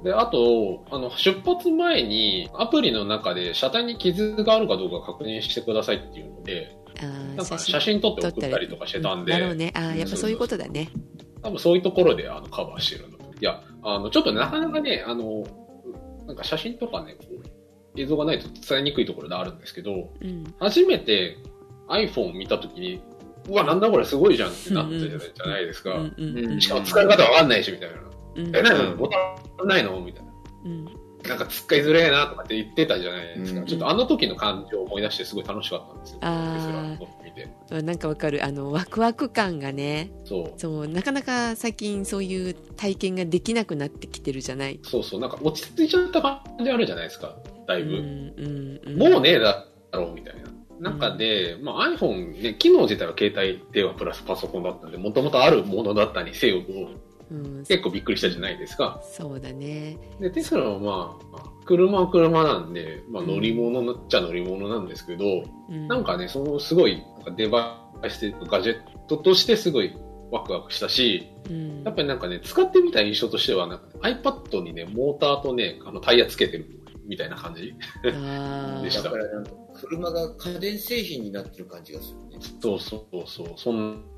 [SPEAKER 3] ん。
[SPEAKER 2] で、あと、あの、出発前にアプリの中で車体に傷があるかどうか確認してくださいっていうので、
[SPEAKER 1] あ
[SPEAKER 2] な
[SPEAKER 1] ー
[SPEAKER 2] んか写真撮って送ったりとかしてたんで、
[SPEAKER 1] うだろうね。あーやっぱそういうことだね。
[SPEAKER 2] 多分そういうところであのカバーしてるんだと思ういや、あの、ちょっとなかなかね、あの、なんか写真とかね、こう映像がないと伝えにくいところであるんですけど、
[SPEAKER 1] うん。
[SPEAKER 2] 初めて iPhone を見たときに、うわ、なんだこれすごいじゃんってなったじゃ
[SPEAKER 1] うんう
[SPEAKER 2] なんいじゃないです
[SPEAKER 1] う
[SPEAKER 2] か。
[SPEAKER 1] んうんうん
[SPEAKER 3] うん
[SPEAKER 2] しかも使い方わかんないし、みたいな。
[SPEAKER 1] うん
[SPEAKER 2] え、なんかボタンないのみたいな。
[SPEAKER 1] うん
[SPEAKER 2] なんか使いづれえなとかって言ってたじゃないですか。
[SPEAKER 3] うん
[SPEAKER 2] ちょっとあの時の感情を思い出してすごい楽しかったんですよ。
[SPEAKER 1] あー
[SPEAKER 2] テスラ乗ってみて。
[SPEAKER 1] なんかわかるあのワクワク感がね
[SPEAKER 2] そう。
[SPEAKER 1] そうなかなか最近そういう体験ができなくなってきてるじゃない
[SPEAKER 2] そうそう。なんか落ち着いちゃった感じあるじゃないですか。だいぶ。
[SPEAKER 1] うんうんうん、
[SPEAKER 2] もうねえだろうみたいな。中で、まあ、iPhone ね、機能自体は携帯電話プラスパソコンだったんで、もともとあるものだったにせよ、
[SPEAKER 1] うん、
[SPEAKER 2] 結構びっくりしたじゃないですか。
[SPEAKER 1] そうだね
[SPEAKER 2] で、テスラはまあ、車は車なんで、まあ、乗り物っちゃ乗り物なんですけど、
[SPEAKER 1] な
[SPEAKER 2] なんかね、そのすごい、なんかデバイスで、ガジェットとしてすごいワクワクしたし、やっぱりなんかね、使ってみた印象としては、なんか、ね、iPad にね、モーターとね、あのタイヤつけてるみたいな感じ。
[SPEAKER 1] りあ
[SPEAKER 2] で
[SPEAKER 1] ー
[SPEAKER 2] し
[SPEAKER 3] だ
[SPEAKER 2] た
[SPEAKER 3] からなんか車が家電製品になってる感じがするね。
[SPEAKER 2] そうそうそう、そん
[SPEAKER 3] そ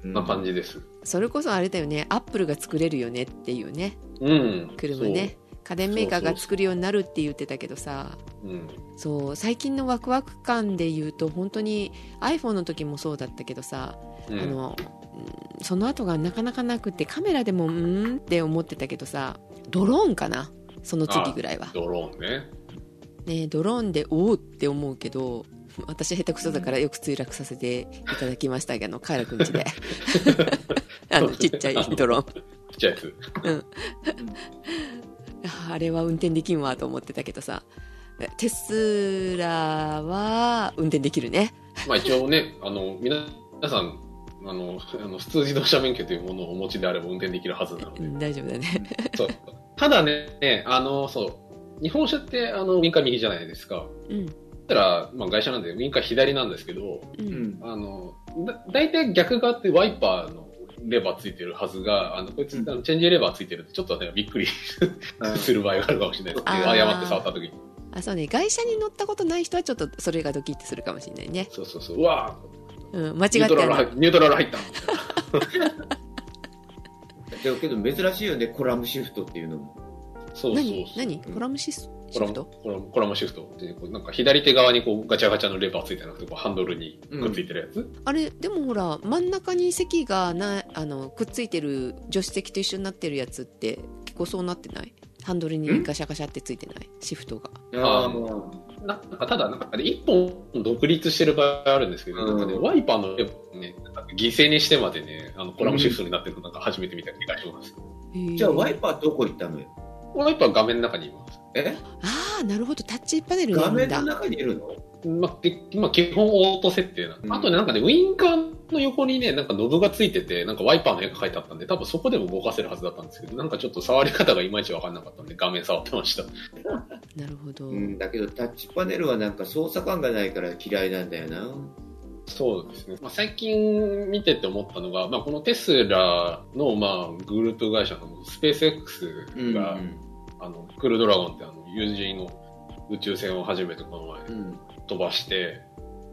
[SPEAKER 3] ん
[SPEAKER 2] な感じです。
[SPEAKER 1] それこそあれだよねアップルが作れるよねっていうね
[SPEAKER 2] うん。
[SPEAKER 1] 車ね家電メーカーが作るようになるって言ってたけどさ
[SPEAKER 2] そう。うん。
[SPEAKER 1] そう最近のワクワク感で言うと本当に iPhone の時もそうだったけどさ、
[SPEAKER 2] うん
[SPEAKER 1] あのうんその後がなかなかなくてカメラでもうーんって思ってたけどさドローンかなその次ぐらいは、
[SPEAKER 2] ドローンね。
[SPEAKER 1] ね、ドローンでおおって思うけど私下手くそだからよく墜落させていただきましたけど、カイラくんち であのちっちゃいドローン
[SPEAKER 2] ちっちゃいやつ。
[SPEAKER 1] ああれは運転できんわと思ってたけどさテスラは運転できるね
[SPEAKER 2] まあ一 応ね、あの、皆さん、あの、あの普通自動車免許というものをお持ちであれば運転できるはずなの
[SPEAKER 1] う
[SPEAKER 2] で。
[SPEAKER 1] ん大丈夫だね
[SPEAKER 2] そう。ただね、あの、そう。日本車って、あの、ウインカー右じゃないですか。
[SPEAKER 1] うん
[SPEAKER 2] だから、まあ外車なんでウインカー左なんですけど、
[SPEAKER 1] う
[SPEAKER 3] うんん。
[SPEAKER 2] あの、だ大体逆側ってワイパーのレバーついてるはずが、あの、こいつ、
[SPEAKER 3] うん
[SPEAKER 2] あのチェンジレバーついてるんで、ちょっとね、びっくりする場合があるかもしれないで
[SPEAKER 1] あ
[SPEAKER 2] す。
[SPEAKER 1] ー
[SPEAKER 2] 誤って触った時に。
[SPEAKER 1] あそうね外車に乗ったことない人はちょっとそれがドキッとするかもしれないね、
[SPEAKER 2] そうそうそう。うわー
[SPEAKER 1] うん、間違っ
[SPEAKER 2] ニュート
[SPEAKER 1] て
[SPEAKER 2] ラル
[SPEAKER 1] あ
[SPEAKER 2] 入
[SPEAKER 1] の
[SPEAKER 2] っニュートラル入った。
[SPEAKER 3] だけど珍しいよね、コラムシフトっていうのも。
[SPEAKER 2] そうそうそう
[SPEAKER 1] 何何コラムシスシ
[SPEAKER 2] コラ
[SPEAKER 1] フ
[SPEAKER 2] ム
[SPEAKER 1] ト
[SPEAKER 2] コラムコラムシフトでこうなんか左手側にこうガチャガチャのレバーついてなくてこうハンドルにくっついてるやつ、
[SPEAKER 1] あれでもほら真ん中に席がなあのくっついてる助手席と一緒になってるやつって結構そうなってないハンドルに
[SPEAKER 2] ん
[SPEAKER 1] ガシャガシャってついてないシフトが
[SPEAKER 2] あー
[SPEAKER 3] もう
[SPEAKER 2] ななんかただなんかね一本独立してる場合あるんですけど、なんかね
[SPEAKER 3] うん
[SPEAKER 2] ワイパーのレバーねなんか犠牲にしてまでねあのコラムシフトになってるのなんか初めて見た気がします、
[SPEAKER 3] じゃあワイ
[SPEAKER 1] パ
[SPEAKER 3] パーどこ行ったのよ
[SPEAKER 2] ワイパー画面の中にいます、
[SPEAKER 3] え
[SPEAKER 1] ああなるほどタッチパネルな
[SPEAKER 3] 画面
[SPEAKER 1] ん
[SPEAKER 3] の
[SPEAKER 1] だ
[SPEAKER 3] 中にいるの
[SPEAKER 2] まあ、でまあ基本オート設定なんで、
[SPEAKER 3] うん
[SPEAKER 2] あとねなんかねウインカーの横にねなんかノブがついててなんかワイパーの絵が書いてあったんで多分そこでも動かせるはずだったんですけどなんかちょっと触り方がいまいち分かんなかったんで画面触ってました
[SPEAKER 1] なるほど、
[SPEAKER 3] うん、だけどタッチパネルはなんか操作感がないから嫌いなんだよな。
[SPEAKER 2] そうですね、まあ、最近見てて思ったのが、まあ、このテスラのまあグループ会社のスペース X が、あのクルードラゴンってあの友人の宇宙船を初めてこの前
[SPEAKER 3] うん
[SPEAKER 2] 飛ばして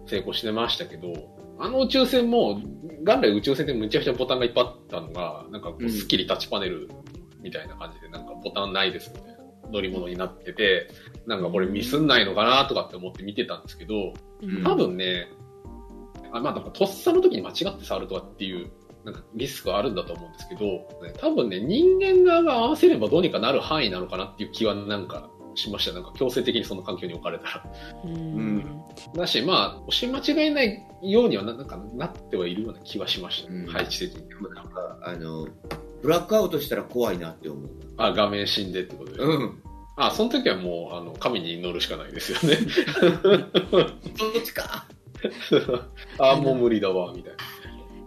[SPEAKER 2] 成功してましたけどあの宇宙船も元来宇宙船ってむちゃくちゃボタンがいっぱいあったのがなんかこ
[SPEAKER 3] う
[SPEAKER 2] うんスッキリタッチパネルみたいな感じでなんかボタンないですみたいな乗り物になっててなんかこれミスんないのかなとかって思って見てたんですけど、
[SPEAKER 1] うん
[SPEAKER 2] 多分ね、あまあ、なんかとっさの時に間違って触るとかっていう、なんかリスクはあるんだと思うんですけど、ね多分ね、人間側が合わせればどうにかなる範囲なのかなっていう気はなんかしました。なんか強制的にその環境に置かれたら。
[SPEAKER 1] うん
[SPEAKER 2] だし、まあ、押し間違えないようにはななんかなってはいるような気はしました、
[SPEAKER 3] うん
[SPEAKER 2] 配置的に。
[SPEAKER 3] なんかあの、ブラックアウトしたら怖いなって思う。
[SPEAKER 2] あ、画面死んでってことで。
[SPEAKER 3] うん。
[SPEAKER 2] あ、その時はもう、あの、神に祈るしかないですよね。
[SPEAKER 3] そっちか。
[SPEAKER 2] あ、もう無理だわ、みたいな。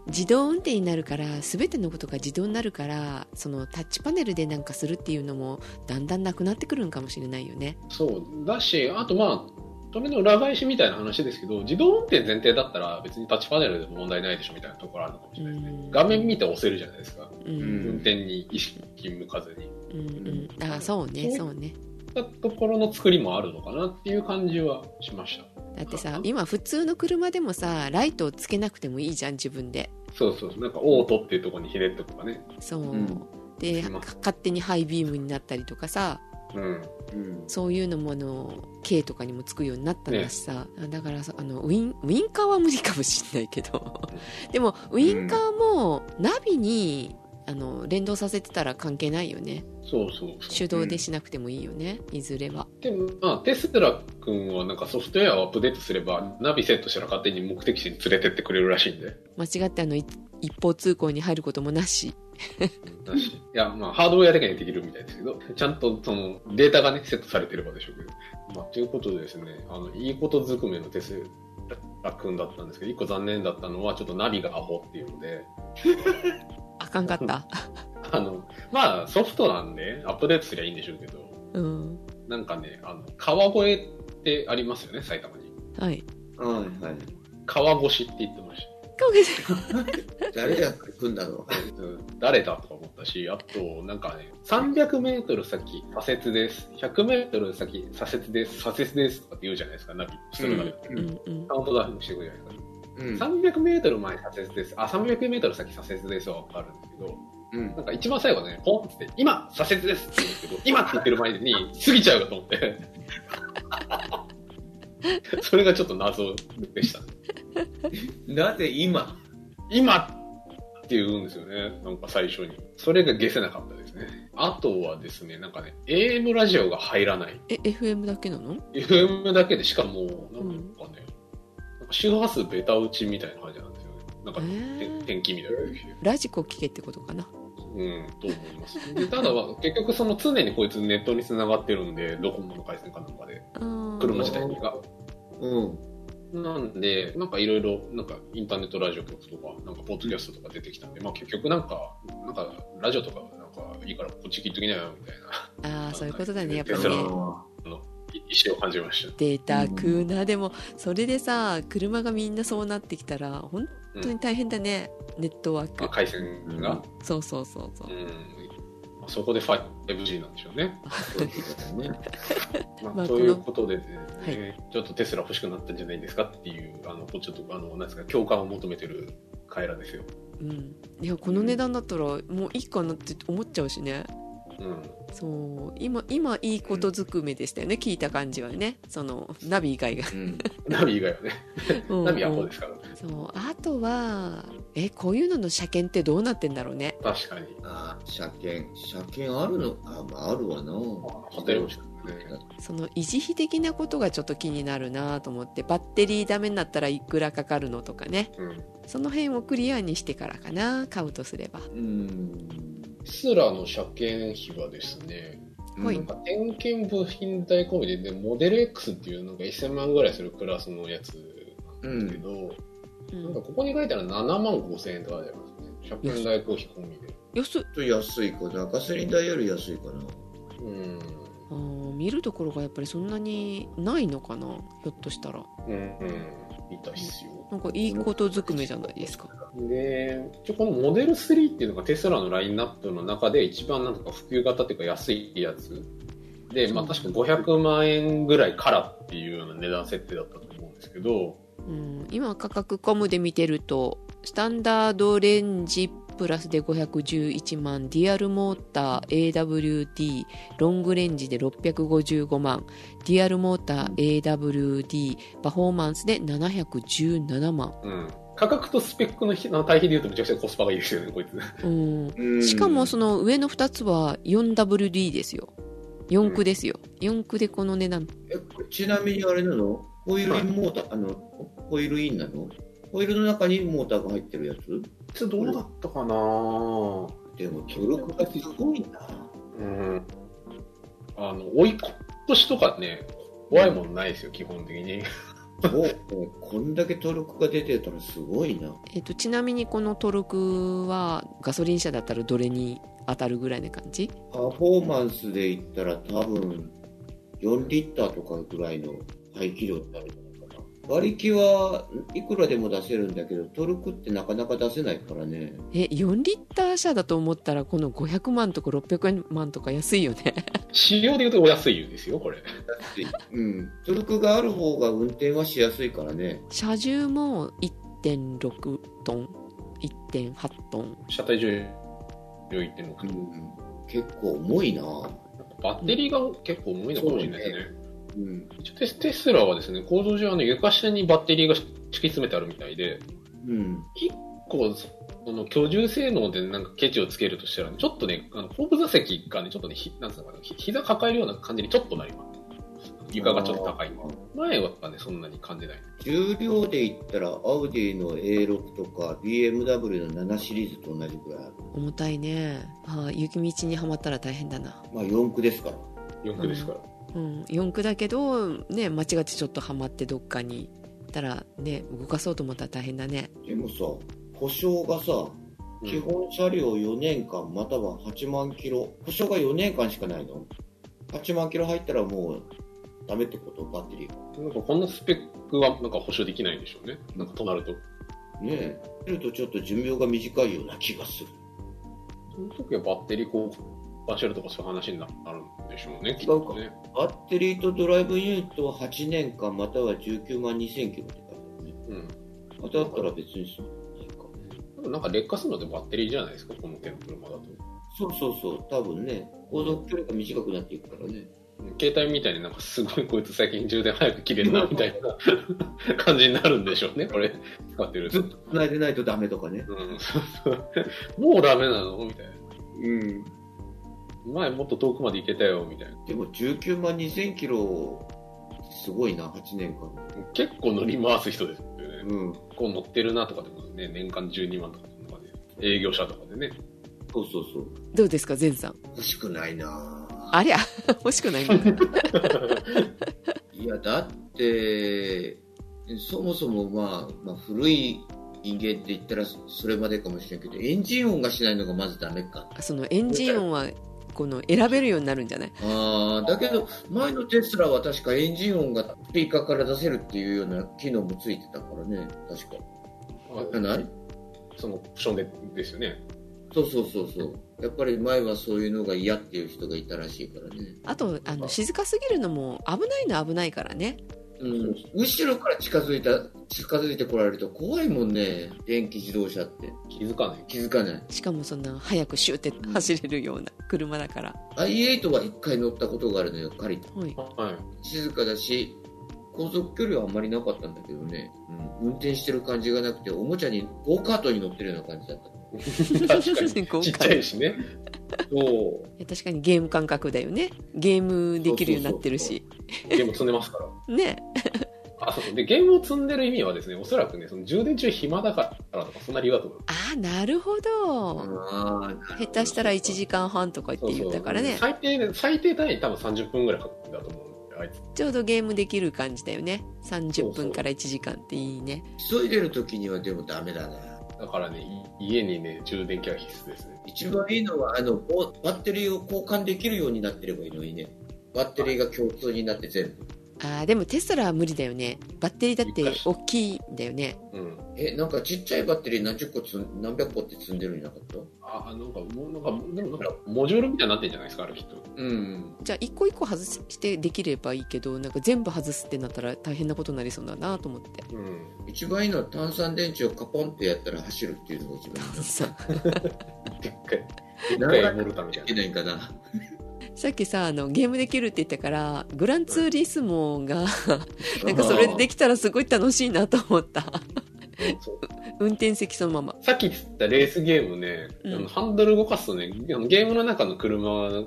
[SPEAKER 1] 自動運転になるから全てのことが自動になるからそのタッチパネルでなんかするっていうのもだんだんなくなってくるんかもしれないよね
[SPEAKER 2] そうだし、あとまあ、それの裏返しみたいな話ですけど、自動運転前提だったら別にタッチパネルでも問題ないでしょみたいなところあるのかもしれないですね。
[SPEAKER 1] うん
[SPEAKER 2] 画面見て押せるじゃないですか。
[SPEAKER 1] うん
[SPEAKER 3] うん
[SPEAKER 2] 運転に意識向かずに。
[SPEAKER 1] うんうんあそうねそうね
[SPEAKER 2] そういったところの作りもあるのかなっていう感じはしました。
[SPEAKER 1] だってさ今普通の車でもさライトをつけなくてもいいじゃん自分で
[SPEAKER 2] そうそうそう、なんかオートっていうところにひねっとくとかね。
[SPEAKER 1] そう、
[SPEAKER 3] ん
[SPEAKER 1] で
[SPEAKER 2] うん
[SPEAKER 1] か勝手にハイビームになったりとかさ
[SPEAKER 2] うん。
[SPEAKER 3] うん。
[SPEAKER 1] そういうのもあの K とかにもつくようになったんだしさ、だからさあのウィンウィンカーは無理かもしれないけどでもウィンカーもナビにあの連動させてたら関係ないよね
[SPEAKER 2] そうそうそう。
[SPEAKER 1] 手動でしなくてもいいよね、いずれは
[SPEAKER 2] でも、まあ、テスラ君はなんかソフトウェアをアップデートすれば、ナビセットしたら勝手に目的地に連れてってくれるらしいんで。
[SPEAKER 1] 間違ってあのい一方通行に入ることもなし
[SPEAKER 2] だしいや、まあ、ハードウェアだけにできるみたいですけど、ちゃんとそのデータがね、セットされてればでしょうけど。まあ、ということでですね、あの、いいことずくめのテスラ君だったんですけど、一個残念だったのは、ちょっとナビがアホっていうので、
[SPEAKER 1] あかんか った
[SPEAKER 2] あの、まあ、ソフトなんで、アップデートすりゃいいんでしょうけど、
[SPEAKER 1] うん
[SPEAKER 2] なんかね、あの、川越ってありますよね、埼玉に。
[SPEAKER 1] はい
[SPEAKER 3] うん、はい。
[SPEAKER 2] 川越って言ってました。
[SPEAKER 3] 誰が組んだの
[SPEAKER 2] うん誰だとか思ったし、あと、なんかね、300メートル先、左折です。100メートル先、左折です。左折です。とかって言うじゃないですか、ナビ。普通のナビ。
[SPEAKER 1] うんうん
[SPEAKER 2] カウントダウンしてくるじゃないですか。
[SPEAKER 3] うん。
[SPEAKER 2] 300メートル前左折です。あ、300メートル先左折ですはわかるんですけど、
[SPEAKER 3] うん
[SPEAKER 2] なんか一番最後ね、ポンって、今左折ですって言うんですけど、今って言ってる前に過ぎちゃうかと思って。それがちょっと謎でした。
[SPEAKER 3] なぜ今
[SPEAKER 2] 今って言うんですよね。なんか最初に。それが消せなかったですね。あとはですね、なんかね、AM ラジオが入らない。
[SPEAKER 1] え FM だけなの
[SPEAKER 2] FM だけでしかも、なんかね、なんか周波数ベタ打ちみたいな感じなんですよね。なんか、
[SPEAKER 1] えー
[SPEAKER 2] て天気みたいな。
[SPEAKER 1] ラジコ聞けってことかな
[SPEAKER 2] うん、と思います。でただ、結局その常にこいつネットに繋がってるんで、ドコモの回線かなんかで、
[SPEAKER 1] うん
[SPEAKER 2] 車自体が。
[SPEAKER 3] うん。
[SPEAKER 2] なんで、なんかいろいろ、なんかインターネットラジオ局とか、なんかポッドキャストとか出てきたんで、まあ結局なんか、なんかラジオとかなんかいいからこっち聞いときなよみたいな、
[SPEAKER 1] ああそういうことだねやっぱり
[SPEAKER 2] テスラ
[SPEAKER 1] ね
[SPEAKER 3] の
[SPEAKER 2] い意思を感じまし
[SPEAKER 1] データ食うな、でもそれでさ車がみんなそうなってきたら本当に大変だね、ネットワー
[SPEAKER 2] た。ま
[SPEAKER 1] ク
[SPEAKER 2] あ、回線が、、
[SPEAKER 1] そうそうそうそううん
[SPEAKER 2] まあ、そこで 5G なんでしょうね。
[SPEAKER 3] そういうことだね。
[SPEAKER 2] まあ、
[SPEAKER 1] まあ
[SPEAKER 2] ということで、ね
[SPEAKER 1] は
[SPEAKER 2] ちょっとテスラ欲しくなったんじゃないですかっていう、あの、こうちょっと、あの、なんですか、共感を求めてる回らですよ。
[SPEAKER 1] うんいやこの値段だったらもういいかなって思っちゃうしね
[SPEAKER 2] うん。
[SPEAKER 1] そう今今いいことずくめでしたよね、聞いた感じはねそのナビ以外が、
[SPEAKER 3] うん。
[SPEAKER 2] ナビ以外はね、
[SPEAKER 1] うん
[SPEAKER 2] ナビはこうですから、
[SPEAKER 1] そうあとはえこういうのの車検ってどうなってんだろうね
[SPEAKER 2] 確かに。
[SPEAKER 3] あー車検。車検あるのあ、まあ、あるわな。
[SPEAKER 2] ホテルもしかね。
[SPEAKER 1] その維持費的なことがちょっと気になるなと思ってバッテリーダメになったらいくらかかるのとかね
[SPEAKER 2] うん。
[SPEAKER 1] その辺をクリアにしてからかな買うとすれば
[SPEAKER 3] うん。
[SPEAKER 2] テスラの車検費はですね、
[SPEAKER 1] ほい
[SPEAKER 2] なんか点検部品代込みで、でモデル X っていうなんか1000万ぐらいするクラスのやつなんですけど、
[SPEAKER 1] うん
[SPEAKER 2] なんかここに書いたら7万5000円とかありますね。車検代公費込みで。
[SPEAKER 1] 安い
[SPEAKER 3] ちょっと安いかな。ガソリン代より安いかな。
[SPEAKER 2] うん。
[SPEAKER 1] あー見るところがやっぱりそんなにないのかなひょっとしたら
[SPEAKER 2] うん、うん。みたいっすよ。
[SPEAKER 1] なんかいいことずくめじゃないですか
[SPEAKER 2] で、一応このモデル3っていうのがテスラのラインナップの中で一番なんか普及型っていうか安いやつ。で、まあ確か500万円ぐらいからっていうような値段設定だったと思うんですけど、
[SPEAKER 1] うん今価格コムで見てるとスタンダードレンジプラスで511万ディアルモーター AWD ロングレンジで655万ディアルモーター AWD パフォーマンスで717万
[SPEAKER 2] うん価格とスペックの比の対比で言うとめちゃくちゃコスパがいいですよね、こいつ。
[SPEAKER 1] うんしかもその上の2つは 4WD ですよ4駆ですよ4駆でこの値段
[SPEAKER 3] えこれちなみにあれなのホイールインモーター、あの、ホイールインなのホイールの中にモーターが入ってるやつ
[SPEAKER 2] いつどうだったかなぁ
[SPEAKER 3] でも、トルクがすごいな。
[SPEAKER 2] うん。あの、追い越しとかね、怖いもんないですよ、基本的に。
[SPEAKER 3] おおこんだけトルクが出てたらすごいな。
[SPEAKER 1] えっと、ちなみにこのトルクはガソリン車だったらどれに当たるぐらいな感じ
[SPEAKER 3] パフォーマンスで言ったら多分、4リッターとかぐらいの排気量になるんじゃないかな。馬力はいくらでも出せるんだけど、トルクってなかなか出せないからね。
[SPEAKER 1] え4リッター車だと思ったらこの500万とか600万とか安いよね
[SPEAKER 2] 仕様で言うとお安いですよ、これ。
[SPEAKER 3] うん。トルクがある方が運転はしやすいからね。
[SPEAKER 1] 車重も1.6トン1.8トン
[SPEAKER 2] 車体重量1.6
[SPEAKER 3] う
[SPEAKER 2] と、
[SPEAKER 3] ん。結構重いな。
[SPEAKER 2] バッテリーが結構重いのかもしれないですね。
[SPEAKER 3] うん。
[SPEAKER 2] 一応テステスラはですね、構造上あの床下にバッテリーが敷き詰めてあるみたいで、
[SPEAKER 3] うん。
[SPEAKER 2] 結構この居住性能でなんかケチをつけるとしたら、ね、ちょっとね、あの後部座席がね、ちょっとね、ひなんつうのかな、ひ膝抱えるような感じにちょっとなります。床がちょっと高い。前はね、そんなに感じない。
[SPEAKER 3] 重量で言ったら、アウディの A6 とか BMW の7シリーズと同じくらいある。
[SPEAKER 1] 重たいねああ雪道にはまったら大変だな
[SPEAKER 3] まあ4駆ですから。
[SPEAKER 2] 四駆ですから。
[SPEAKER 1] うん四駆だけどね間違ってちょっとはまってどっかに行ったらね動かそうと思ったら大変だね
[SPEAKER 3] でもさ、故障がさ、
[SPEAKER 2] うん
[SPEAKER 3] 基本車両4年間または8万キロ、故障が4年間しかないの ?8 万キロ入ったらもうダメってことバッテリーが。
[SPEAKER 2] なんかこのスペックはなんか保証できないんでしょうね。なんかとなると。
[SPEAKER 3] ねえ。見るとちょっと寿命が短いような気がする。
[SPEAKER 2] その時はバッテリー交換してるとかそういう話になるんでしょうね、きっ
[SPEAKER 3] そう
[SPEAKER 2] と
[SPEAKER 3] か
[SPEAKER 2] ね。
[SPEAKER 3] バッテリーとドライブユニットは8年間または19万2000キロって書いてあるね。
[SPEAKER 2] うん。
[SPEAKER 3] まただったら別にそうないか。
[SPEAKER 2] でもなんか劣化するのってバッテリーじゃないですか、この手の車だと。
[SPEAKER 3] そうそうそう、多分ね、航続距離が短くなっていくからね。
[SPEAKER 2] 携帯みたいになんかすごいこいつ最近充電早く切れるなみたい な感じになるんでしょうね、これ使ってる
[SPEAKER 3] ず
[SPEAKER 2] と
[SPEAKER 3] っ。と繋いでないとダメとかね。
[SPEAKER 2] うん、そうそうもうダメなのみたいな。
[SPEAKER 3] うん。
[SPEAKER 2] 前もっと遠くまで行けたよ、みたいな。
[SPEAKER 3] でも19万2000キロ、すごいな、8年間。
[SPEAKER 2] 結構乗り回す人ですよね。
[SPEAKER 3] うん。
[SPEAKER 2] こう乗ってるなとかでもね、年間12万とかで、営業者とかでね。
[SPEAKER 3] そうそうそう。
[SPEAKER 1] どうですか善さん
[SPEAKER 3] 欲しくないな
[SPEAKER 1] ありゃ 欲しくないのか
[SPEAKER 3] いや、だって、そもそもまあ、まあ、古い人間って言ったらそれまでかもしれんけど、エンジン音がしないのがまずダメか。
[SPEAKER 1] そのエンジン音はこの選べるようになるんじゃない
[SPEAKER 3] ああ、だけど、前のテスラは確かエンジン音がスピーカーから出せるっていうような機能もついてたからね、確か。じゃない
[SPEAKER 2] そのオプションでですよね。
[SPEAKER 3] そうそうそうそう。やっぱり前はそういうのが嫌っていう人がいたらしいからね。
[SPEAKER 1] あとあの静かすぎるのも危ないのは危ないからね
[SPEAKER 3] うん。後ろから近づいた、近づいてこられると怖いもんね、電気自動車って。
[SPEAKER 2] 気づかない。
[SPEAKER 3] 気づかない。
[SPEAKER 1] しかもそんな早くシューって走れるような車だから、
[SPEAKER 3] i8 は1回乗ったことがあるのよ、借りて。
[SPEAKER 1] はい、
[SPEAKER 2] はい。
[SPEAKER 3] 静かだし、航続距離はあんまりなかったんだけどね、うん、運転してる感じがなくて、おもちゃに、ゴーカートに乗ってるような感じだった。
[SPEAKER 2] 確かに。ちっちゃいしね。そう。
[SPEAKER 1] いや確かにゲーム感覚だよねゲームできるようになってるし
[SPEAKER 2] ゲーム積んでますから。
[SPEAKER 1] ね
[SPEAKER 2] あ、そうそう。で、ゲームを積んでる意味はですね、おそらくね、その充電中暇だからとか、そんな理由だと思う。
[SPEAKER 1] ああなるほど
[SPEAKER 3] ああ、
[SPEAKER 1] 下手したら1時間半とか言って言ったからね
[SPEAKER 2] そうそう最低、最低単位多分30分ぐらいかかるんだと思うんで、あいつ。
[SPEAKER 1] ちょうどゲームできる感じだよね30
[SPEAKER 2] そうそ
[SPEAKER 1] 分
[SPEAKER 2] う
[SPEAKER 1] から1時間っていいね
[SPEAKER 3] 急いでる時にはでもダメだな。
[SPEAKER 2] だからね、い家にね、充電器は必須ですね。
[SPEAKER 3] 一番いいのは、あの、ボバッテリーを交換できるようになってればいいのにね。バッテリーが共通になって全部。
[SPEAKER 1] あーでもテスラは無理だよねバッテリーだって大きいんだよね
[SPEAKER 2] うん。
[SPEAKER 3] え、なんかちっちゃいバッテリー何十個つん、何百個って積んでるんじゃなかった
[SPEAKER 2] あ、なんか、もうなんか、でもなんか、モジュールみたいになってんじゃないですか、あれきっと。
[SPEAKER 3] うん。
[SPEAKER 1] じゃあ一個一個外してできればいいけどなんか全部外すってなったら大変なことになりそうだなと思っ て
[SPEAKER 2] うん。
[SPEAKER 3] 一番いいのは炭酸電池をカポンってやったら走るっていうのが一番いいな。
[SPEAKER 1] さ
[SPEAKER 2] でっかい。でっ
[SPEAKER 3] な
[SPEAKER 2] か
[SPEAKER 3] んか
[SPEAKER 2] いモルタみたい
[SPEAKER 3] いけ
[SPEAKER 2] な。
[SPEAKER 3] ないんか な。
[SPEAKER 1] さっきさあのゲームできるって言ったからグランツーリスモ が
[SPEAKER 3] な
[SPEAKER 1] なんかそれできたらすごい楽しいなと思った
[SPEAKER 2] そう
[SPEAKER 1] 運転席そのまま
[SPEAKER 2] さっき言ったレースゲームね、
[SPEAKER 1] うん
[SPEAKER 2] あのハンドル動かすとね、あのゲームの中の車が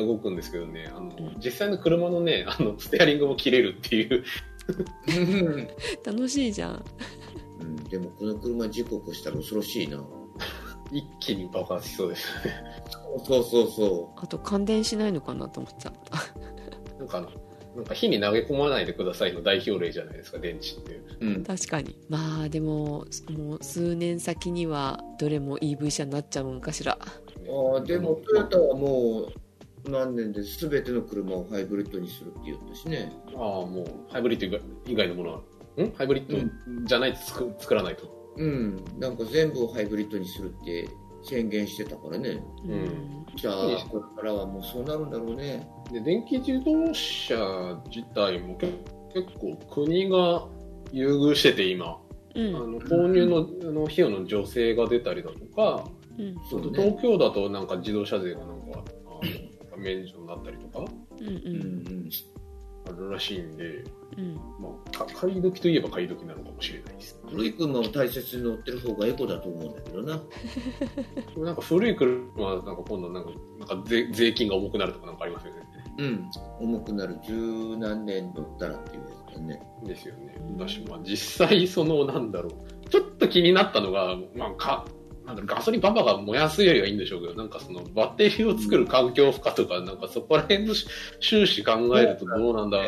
[SPEAKER 2] 動くんですけどね、あの
[SPEAKER 1] ん
[SPEAKER 2] 実際の車のね、あのステアリングも切れるっていう、
[SPEAKER 3] うん
[SPEAKER 1] 楽しいじゃん
[SPEAKER 3] うん、でもこの車事故起こしたら恐ろしいな。
[SPEAKER 2] 一気に爆発しそうです。
[SPEAKER 3] そうそうそ
[SPEAKER 1] あと感電しないのかなと思ってた
[SPEAKER 2] なんかあの、なんか火に投げ込まないでくださいの代表例じゃないですか、電池って。
[SPEAKER 3] う。うん。
[SPEAKER 1] 確かにまあでももう数年先にはどれも EV 車になっちゃうんかしら
[SPEAKER 3] ああ、でもトヨタはもう何年で全ての車をハイブリッドにするって言ったしね。
[SPEAKER 2] ああ、もう、ハイブリッド以外以外のものは、んハイブリッドじゃないと作作らないと。
[SPEAKER 3] うん。なんか全部をハイブリッドにするって宣言してたからね。
[SPEAKER 1] うん、
[SPEAKER 2] ん
[SPEAKER 3] じゃ
[SPEAKER 2] いいで
[SPEAKER 3] あ
[SPEAKER 2] す、
[SPEAKER 3] これからはもうそうなるんだろうね。
[SPEAKER 2] で、電気自動車自体も結結構国が優遇してて、今。
[SPEAKER 1] う
[SPEAKER 2] あ
[SPEAKER 1] ん
[SPEAKER 2] の購入のあの費用の助成が出たりだとか、
[SPEAKER 1] うん
[SPEAKER 2] あと
[SPEAKER 3] ね。
[SPEAKER 2] 東京だとなんか自動車税がなんかあの免除になったりとか、
[SPEAKER 1] うんう
[SPEAKER 3] うん
[SPEAKER 1] ん
[SPEAKER 3] うん。
[SPEAKER 2] あるらしいんで、
[SPEAKER 1] うん
[SPEAKER 2] まあ、か買い時といえば買い時なのかもしれないです。
[SPEAKER 3] 古い車を大切に乗ってる方がエコだと思うんだけどな。
[SPEAKER 2] でもなんか古い車はなんか今度なんかなんか税税金が重くなるとかなんかありますよね。
[SPEAKER 3] うん。重くなる。十何年乗ったらっていうやつだね。
[SPEAKER 2] ですよね
[SPEAKER 1] うん。
[SPEAKER 2] だし、まあ、実際そのなんだろうちょっと気になったのが、まあ、かなんだろうガソリンバンバンが燃やすよりはいいんでしょうけどなんかそのバッテリーを作る環境負荷とかなんかそこら辺のし収支考えるとどうなんだ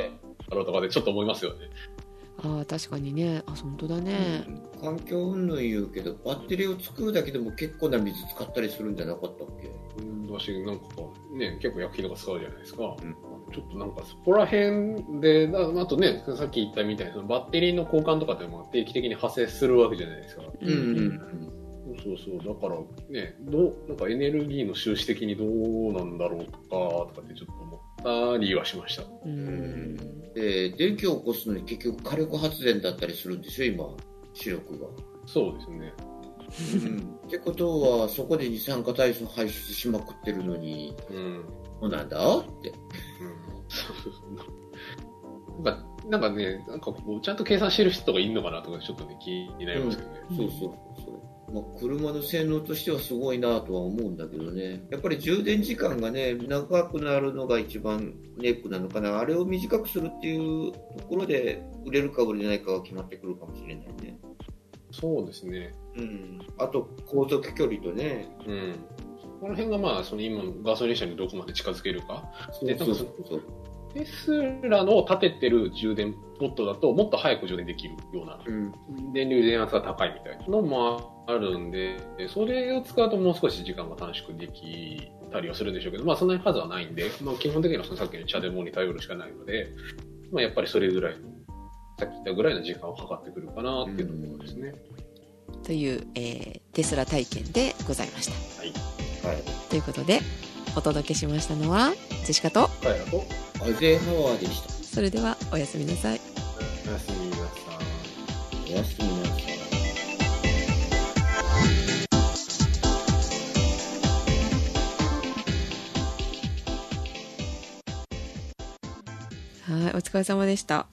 [SPEAKER 2] ろうとかでちょっと思いますよね。
[SPEAKER 1] ああ確かにねあ本当だね、
[SPEAKER 3] 環境云々言うけど、バッテリーを作るだけでも結構な水使ったりするんじゃなかったっけ
[SPEAKER 2] だしなんかこうね結構薬品とか使うじゃないですか。
[SPEAKER 3] ん
[SPEAKER 2] ちょっとなんかそこら辺でなあとねさっき言ったみたいにそのバッテリーの交換とかってまあ定期的に派生するわけじゃないですか。
[SPEAKER 1] うん
[SPEAKER 3] ん。
[SPEAKER 2] そうそうそう、だからね、どう、なんかエネルギーの収支的にどうなんだろうか、とかってちょっと思ったりはしました。
[SPEAKER 1] うん
[SPEAKER 3] んで、電気を起こすのに結局火力発電だったりするんでしょ、今。主力が。
[SPEAKER 2] そうですね。
[SPEAKER 3] ってことは、そこで二酸化炭素排出しまくってるのに、
[SPEAKER 2] うん。
[SPEAKER 3] そうなんだって。
[SPEAKER 2] うんそうそうそうなんか、なんかね、なんかこう、ちゃんと計算してる人がいるのかなとか、ちょっとね、気になりますけどね。
[SPEAKER 1] ん
[SPEAKER 3] そうそうそう。まあ、車の性能としてはすごいなとは思うんだけどね。やっぱり充電時間がね、長くなるのが一番ネックなのかな。あれを短くするっていうところで、売れるか売れないかが決まってくるかもしれないね。
[SPEAKER 2] そうですね。
[SPEAKER 3] うん。あと、航続距離とね。
[SPEAKER 2] うん。この辺がまあ、その今、ガソリン車にどこまで近づけるか。で
[SPEAKER 3] そうそうそう。
[SPEAKER 2] テスラの立ててる充電ポットだと、もっと早く充電できるような
[SPEAKER 3] うん。
[SPEAKER 2] 電流電圧が高いみたいなのもあるんで、それを使うともう少し時間が短縮できたりはするんでしょうけど、まあそんなに数はないんで、まあ基本的にはそのさっきのチャデモに頼るしかないので、まあやっぱりそれぐらいの、さっき言ったぐらいの時間を計ってくるかなっていうところですね。
[SPEAKER 1] という、えーテスラ体験でございました
[SPEAKER 3] はい。
[SPEAKER 1] ということでお届けしましたのはジェシカと
[SPEAKER 2] はい、あと、
[SPEAKER 3] アゼハワーでした。
[SPEAKER 1] それではおやすみなさい
[SPEAKER 2] おやすみなさい。
[SPEAKER 3] おやすみなさい。
[SPEAKER 1] はいお疲れ様でした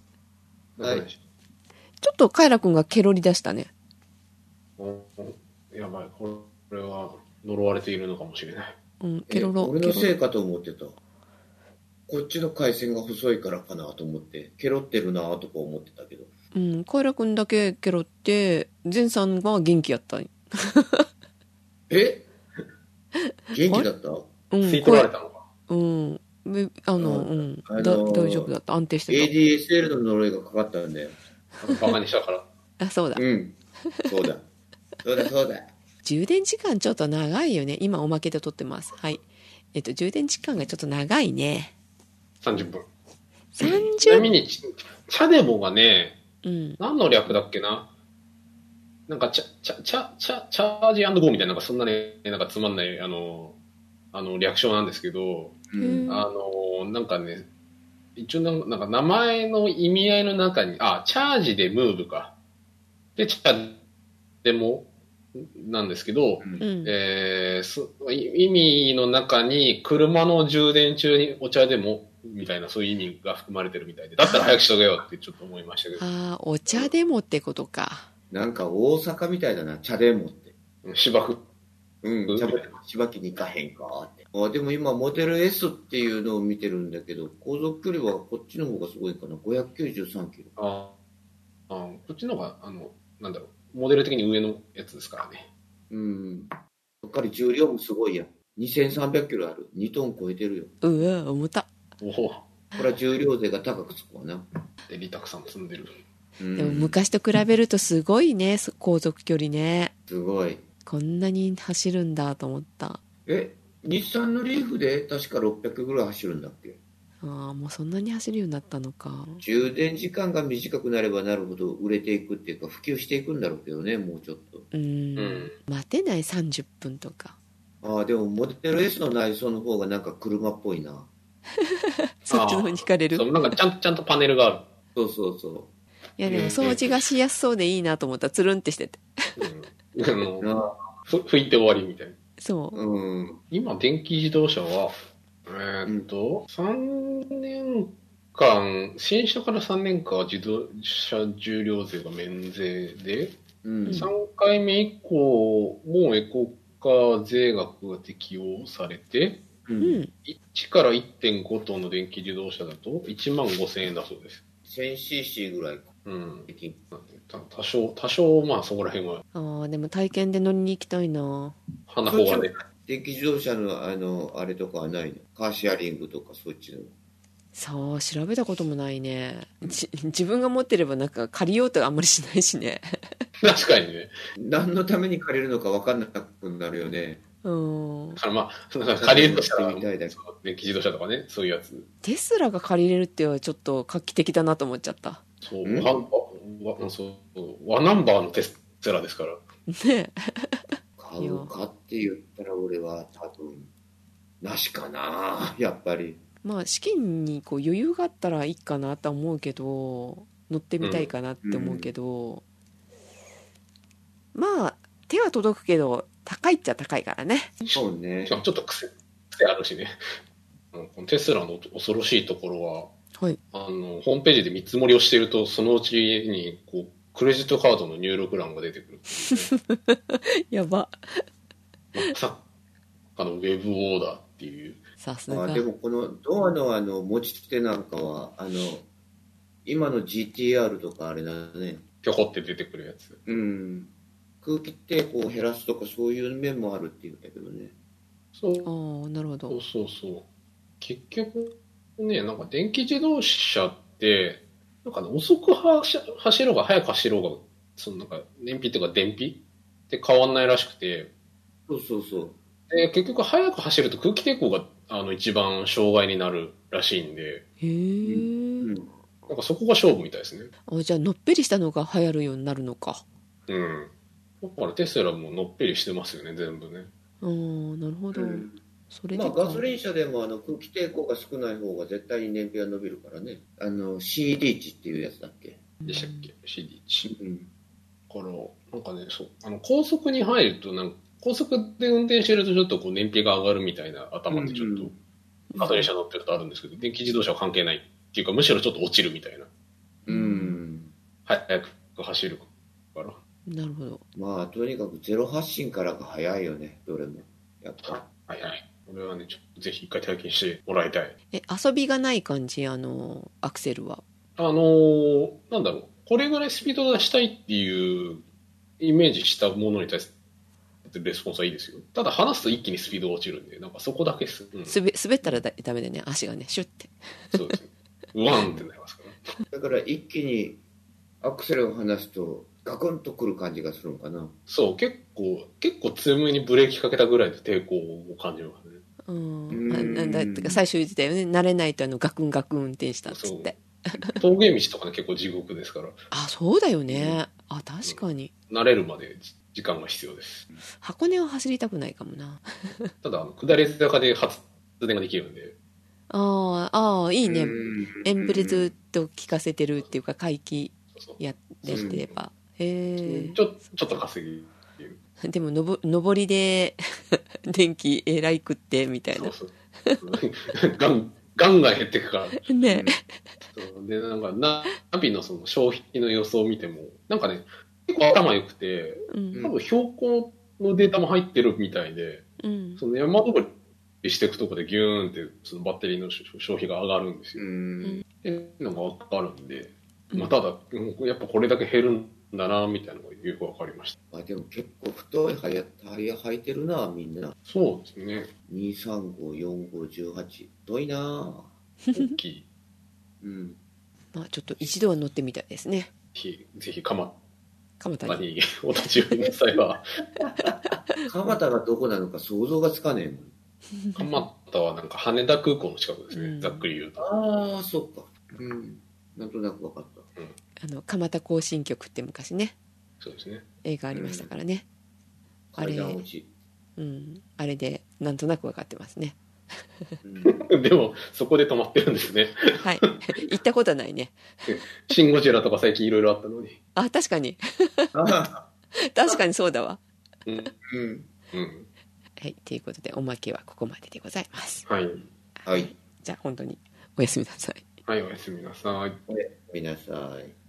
[SPEAKER 3] はい
[SPEAKER 1] ちょっとカイラくんがケロリ出したね
[SPEAKER 2] おやばい、これは呪われているのかもしれない。
[SPEAKER 1] うんケロ
[SPEAKER 3] え
[SPEAKER 1] ロ
[SPEAKER 3] 俺
[SPEAKER 1] ケロ
[SPEAKER 3] のせいかと思ってた。こっちの回線が細いからかなと思って、ケロってるなとか思ってたけど。
[SPEAKER 1] うんカイラくんだけケロってゼンさんが元気やった
[SPEAKER 3] え元気だった
[SPEAKER 1] うん
[SPEAKER 2] 吸い取られたのか。
[SPEAKER 1] うんべあの
[SPEAKER 3] う
[SPEAKER 1] うん、
[SPEAKER 3] あのー
[SPEAKER 1] だ大丈夫だった安定してた
[SPEAKER 3] ?ADSL の呪いがかかったんだよ。
[SPEAKER 2] バカにしたから。
[SPEAKER 1] あそうだ
[SPEAKER 3] うん。そうだ。そうだそうだ。
[SPEAKER 1] 充電時間ちょっと長いよね今おまけで撮ってますはいえっと充電時間がちょっと長いね
[SPEAKER 2] 30分。ちな
[SPEAKER 1] 30
[SPEAKER 2] みに、チチャデモがね、
[SPEAKER 1] うん
[SPEAKER 2] 何の略だっけななんかチャ、チャ、チャ、チャ、チャージゴーみたいな、なんかそんなね、なんかつまんない、あの、あの、略称なんですけど、
[SPEAKER 3] うん。
[SPEAKER 2] あの、なんかね、一応なんなんか名前の意味合いの中に、あ、チャージでムーブか。で、チャでも、なんですけど、
[SPEAKER 1] うん
[SPEAKER 2] えーそ意味の中に、車の充電中にお茶でも、みたいな、そういう意味が含まれてるみたいで、だったら早くしとけよってちょっと思いましたけど。
[SPEAKER 1] ああお茶でもってことか
[SPEAKER 3] なんか大阪みたいだな、茶でもって。
[SPEAKER 2] 芝生。
[SPEAKER 3] うん、茶ばしばきに行かへんかって。あでも今、モデル S っていうのを見てるんだけど、航続距離はこっちの方がすごいかな。593キロ。
[SPEAKER 2] ああ、こっちの方が、あの、なんだろう、モデル的に上のやつですからね。
[SPEAKER 3] うん。やっぱり重量もすごいやん。2300キロある。2トン超えてるよ。
[SPEAKER 1] うわ重た
[SPEAKER 2] おお、
[SPEAKER 3] これは重量税が高くつくわな。
[SPEAKER 2] で、リタクさん積んでる。
[SPEAKER 3] うん
[SPEAKER 1] でも昔と比べるとすごいねそ航続距離ね
[SPEAKER 3] すごい。
[SPEAKER 1] こんなに走るんだと思った
[SPEAKER 3] え、日産のリーフで確か600ぐらい走るんだっけ
[SPEAKER 1] あーもうそんなに走るようになったのか
[SPEAKER 3] 充電時間が短くなればなるほど売れていくっていうか普及していくんだろうけどね、もうちょっと。
[SPEAKER 1] うん
[SPEAKER 2] うん。
[SPEAKER 1] 待てない30分とか
[SPEAKER 3] ああ、でもモデル S の内装の方がなんか車っぽいな。
[SPEAKER 1] そっちの方に惹かれる
[SPEAKER 2] そうなんかちゃんと、ちゃんとパネルがある。
[SPEAKER 3] そうそうそ
[SPEAKER 1] いやでも掃除がしやすそうでいいなと思ったつるんってしてて
[SPEAKER 2] うん。あ
[SPEAKER 3] う。
[SPEAKER 2] の、
[SPEAKER 3] な
[SPEAKER 2] ふ 拭いて終わりみたいな。
[SPEAKER 1] そう
[SPEAKER 3] うん。
[SPEAKER 2] 今、電気自動車は、えーっと、3年間、新車から3年間は自動車重量税が免税で、
[SPEAKER 3] うん
[SPEAKER 1] うん
[SPEAKER 2] 3回目以降もエコカ税額が適用されて、
[SPEAKER 1] う
[SPEAKER 3] う
[SPEAKER 1] んん。
[SPEAKER 2] 1から1.5トンの電気自動車だと1万5000円だそうです。
[SPEAKER 3] 1000cc ぐらいか
[SPEAKER 2] うん。
[SPEAKER 3] 平均
[SPEAKER 2] た多少、多少、まあそこら辺は、
[SPEAKER 1] ああ、でも体験で乗りに行きたいな。
[SPEAKER 2] 花子がね、
[SPEAKER 3] 電気自動車のあのあれとかはないのカーシェアリングとかそっちの
[SPEAKER 1] そう、調べたこともないね。じ自分が持ってればなんか借りようとあんまりしないしね。
[SPEAKER 2] 確かにね。
[SPEAKER 3] 何のために借りるのか分かんなくなるよね
[SPEAKER 1] うん
[SPEAKER 2] だ。からまあ、だから借りるとしたら、
[SPEAKER 3] みたいだけ
[SPEAKER 2] そう電気自動車とかね、そういうやつ。
[SPEAKER 1] テスラが借りれるっていうのはちょっと画期的だなと思っちゃった。
[SPEAKER 2] そう、
[SPEAKER 3] ん
[SPEAKER 2] ワンバー、わそう、ワナンバーのテスラですから。
[SPEAKER 1] ね
[SPEAKER 3] 買うかって言ったら俺は多分なしかな やっぱり
[SPEAKER 1] まあ資金にこう余裕があったらいいかなとは思うけど、乗ってみたいかなって思うけど、まあ手は届くけど高いっちゃ高いからね。
[SPEAKER 3] そうね
[SPEAKER 2] しかもちょっと癖、癖あるしね。 うんこのテスラの恐ろしいところは、
[SPEAKER 1] はい。
[SPEAKER 2] あの、ホームページで見積もりをしていると、そのうちに、こう、クレジットカードの入力欄が出てくる。
[SPEAKER 1] やば。
[SPEAKER 2] まさかのウェブオーダーっていう。
[SPEAKER 1] さす
[SPEAKER 3] あ
[SPEAKER 1] が
[SPEAKER 3] で。もこのドアのあの持ち手なんかはあの今の GTR とかあれだね
[SPEAKER 2] ぴょこって出てくるやつ。
[SPEAKER 3] うん空気抵抗を減らすとかそういう面もあるっていうんだけどね
[SPEAKER 2] そう。
[SPEAKER 1] ああ、なるほ
[SPEAKER 2] そ
[SPEAKER 1] ど
[SPEAKER 2] う。そうそう。結局、ね、なんか電気自動車って、なんかね、遅く走走ろうが早く走ろうが、そのなんか燃費っていうか電費って変わんないらしくて、
[SPEAKER 3] そうそうそう
[SPEAKER 2] で、結局早く走ると空気抵抗が、あの、一番障害になるらしいんで、
[SPEAKER 1] へえ。
[SPEAKER 3] うん
[SPEAKER 2] なんかそこが勝負みたいですね。
[SPEAKER 1] あじゃあのっぺりしたのが流行るようになるのか
[SPEAKER 2] うん。だからテスラものっぺりしてますよね、全部ね。
[SPEAKER 1] あーなるほど、
[SPEAKER 3] うん
[SPEAKER 1] それで
[SPEAKER 3] ま
[SPEAKER 1] か、
[SPEAKER 3] あ、ガソリン車でもあの空気抵抗が少ない方が絶対に燃費は伸びるからねあの CD 値っていうやつだっけ、
[SPEAKER 2] でしたっけ ?CD。
[SPEAKER 3] うん、
[SPEAKER 2] から、なんかね、そう、あの、高速に入ると、なんか、高速で運転してるとちょっとこう燃費が上がるみたいな頭ってちょっ
[SPEAKER 3] うんう
[SPEAKER 2] と
[SPEAKER 3] ん、
[SPEAKER 2] ガソリン車乗ってるとあるんですけど、電気自動車は関係ないっていうか、むしろちょっと落ちるみたいな。
[SPEAKER 3] うん
[SPEAKER 2] はい早く走るから。
[SPEAKER 1] なるほど
[SPEAKER 3] まあとにかくゼロ発進からが早いよねどれもやっぱ
[SPEAKER 2] はいはい。これはね、ちょっとぜひ一回体験してもらいたい。
[SPEAKER 1] え遊びがない感じあのアクセルは
[SPEAKER 2] あのーなんだろう、これぐらいスピード出したいっていうイメージしたものに対して、レスポンスはいいですよ。ただ離すと一気にスピードが落ちるんで、なんかそこだけす、うん、そ
[SPEAKER 1] すべ滑ったらだダメだよね足がねシュッて
[SPEAKER 2] うですね。うわんってなりますから、ね。
[SPEAKER 3] だから一気にアクセルを離すとガクンとくる感じがするのかな
[SPEAKER 2] そう、結構、結構強めにブレーキかけたぐらいの抵抗を感じますね。
[SPEAKER 1] うん
[SPEAKER 3] うん
[SPEAKER 1] あなんだってか最初言ってたよね慣れないとあのガクンガクン運転したっつって
[SPEAKER 2] 峠道とかね、結構地獄ですから、
[SPEAKER 1] あそうだよね、あ確かに
[SPEAKER 2] 慣れるまでじ時間が必要です。
[SPEAKER 1] 箱根は走りたくないかもな
[SPEAKER 2] ただ、あの下り坂で発電ができるんで、
[SPEAKER 1] あーあーいいね、
[SPEAKER 3] うん
[SPEAKER 1] エンブレずっと聞かせてるっていうか回帰
[SPEAKER 2] そう
[SPEAKER 1] やってれば、へえ
[SPEAKER 2] ちょちょっと稼ぎ。
[SPEAKER 1] でものぼ上りで 電気えらい食ってみたい
[SPEAKER 2] そ
[SPEAKER 1] な
[SPEAKER 2] うそう ガンガンガン減っていくから。
[SPEAKER 1] ね
[SPEAKER 2] そうで、なんか、ナナビのその消費の予想を見ても、なんかね、結構頭良くて、
[SPEAKER 1] うん
[SPEAKER 2] 多分標高のデータも入ってるみたいで、
[SPEAKER 1] うん
[SPEAKER 2] その山登りしていくとこでギューンってそのバッテリーの消消費が上がるんです
[SPEAKER 3] う
[SPEAKER 2] よ。
[SPEAKER 3] ん
[SPEAKER 2] っていうのが分かるんで、
[SPEAKER 1] うん
[SPEAKER 2] まあ、ただ、うんやっぱこれだけ減るんだな、みたいなのがよく分かりました。
[SPEAKER 3] まあでも結構太いタイヤタイヤ履いてるなみんな
[SPEAKER 2] そうですね。
[SPEAKER 3] 2354518太いな
[SPEAKER 2] 大きい
[SPEAKER 3] うん
[SPEAKER 1] まあちょっと一度は乗ってみたいですね
[SPEAKER 2] 日。ぜひ、蒲
[SPEAKER 1] 蒲田
[SPEAKER 2] 田
[SPEAKER 1] に
[SPEAKER 2] にお立ち寄りの際は、
[SPEAKER 3] 蒲田がどこなのか想像がつかねえもん
[SPEAKER 2] 蒲田はなんか羽田空港の近くですね、
[SPEAKER 1] うん
[SPEAKER 2] ざっくり言うと。
[SPEAKER 3] ああ、そっか。うん。なんとなく分かった。
[SPEAKER 1] あの蒲田行進曲って昔ね
[SPEAKER 2] そうですね。
[SPEAKER 1] 映画ありましたからねあれ
[SPEAKER 3] 階段落ち。
[SPEAKER 1] うん、あれでなんとなく分かってますね
[SPEAKER 3] うん、
[SPEAKER 2] でも、そこで止まってるんですね。
[SPEAKER 1] はい 行ったことはないね
[SPEAKER 2] シン・ゴジラとか最近いろいろあったのに。
[SPEAKER 1] あ確かに
[SPEAKER 3] あ
[SPEAKER 1] 確かにそうだわ
[SPEAKER 2] うん。
[SPEAKER 3] ーうん。
[SPEAKER 2] うん。
[SPEAKER 1] はいということでおまけはここまででございます
[SPEAKER 2] はい。
[SPEAKER 3] はい。
[SPEAKER 1] じゃあ本当におやすみなさい
[SPEAKER 2] はい、おやすみなさい。
[SPEAKER 3] 皆さん。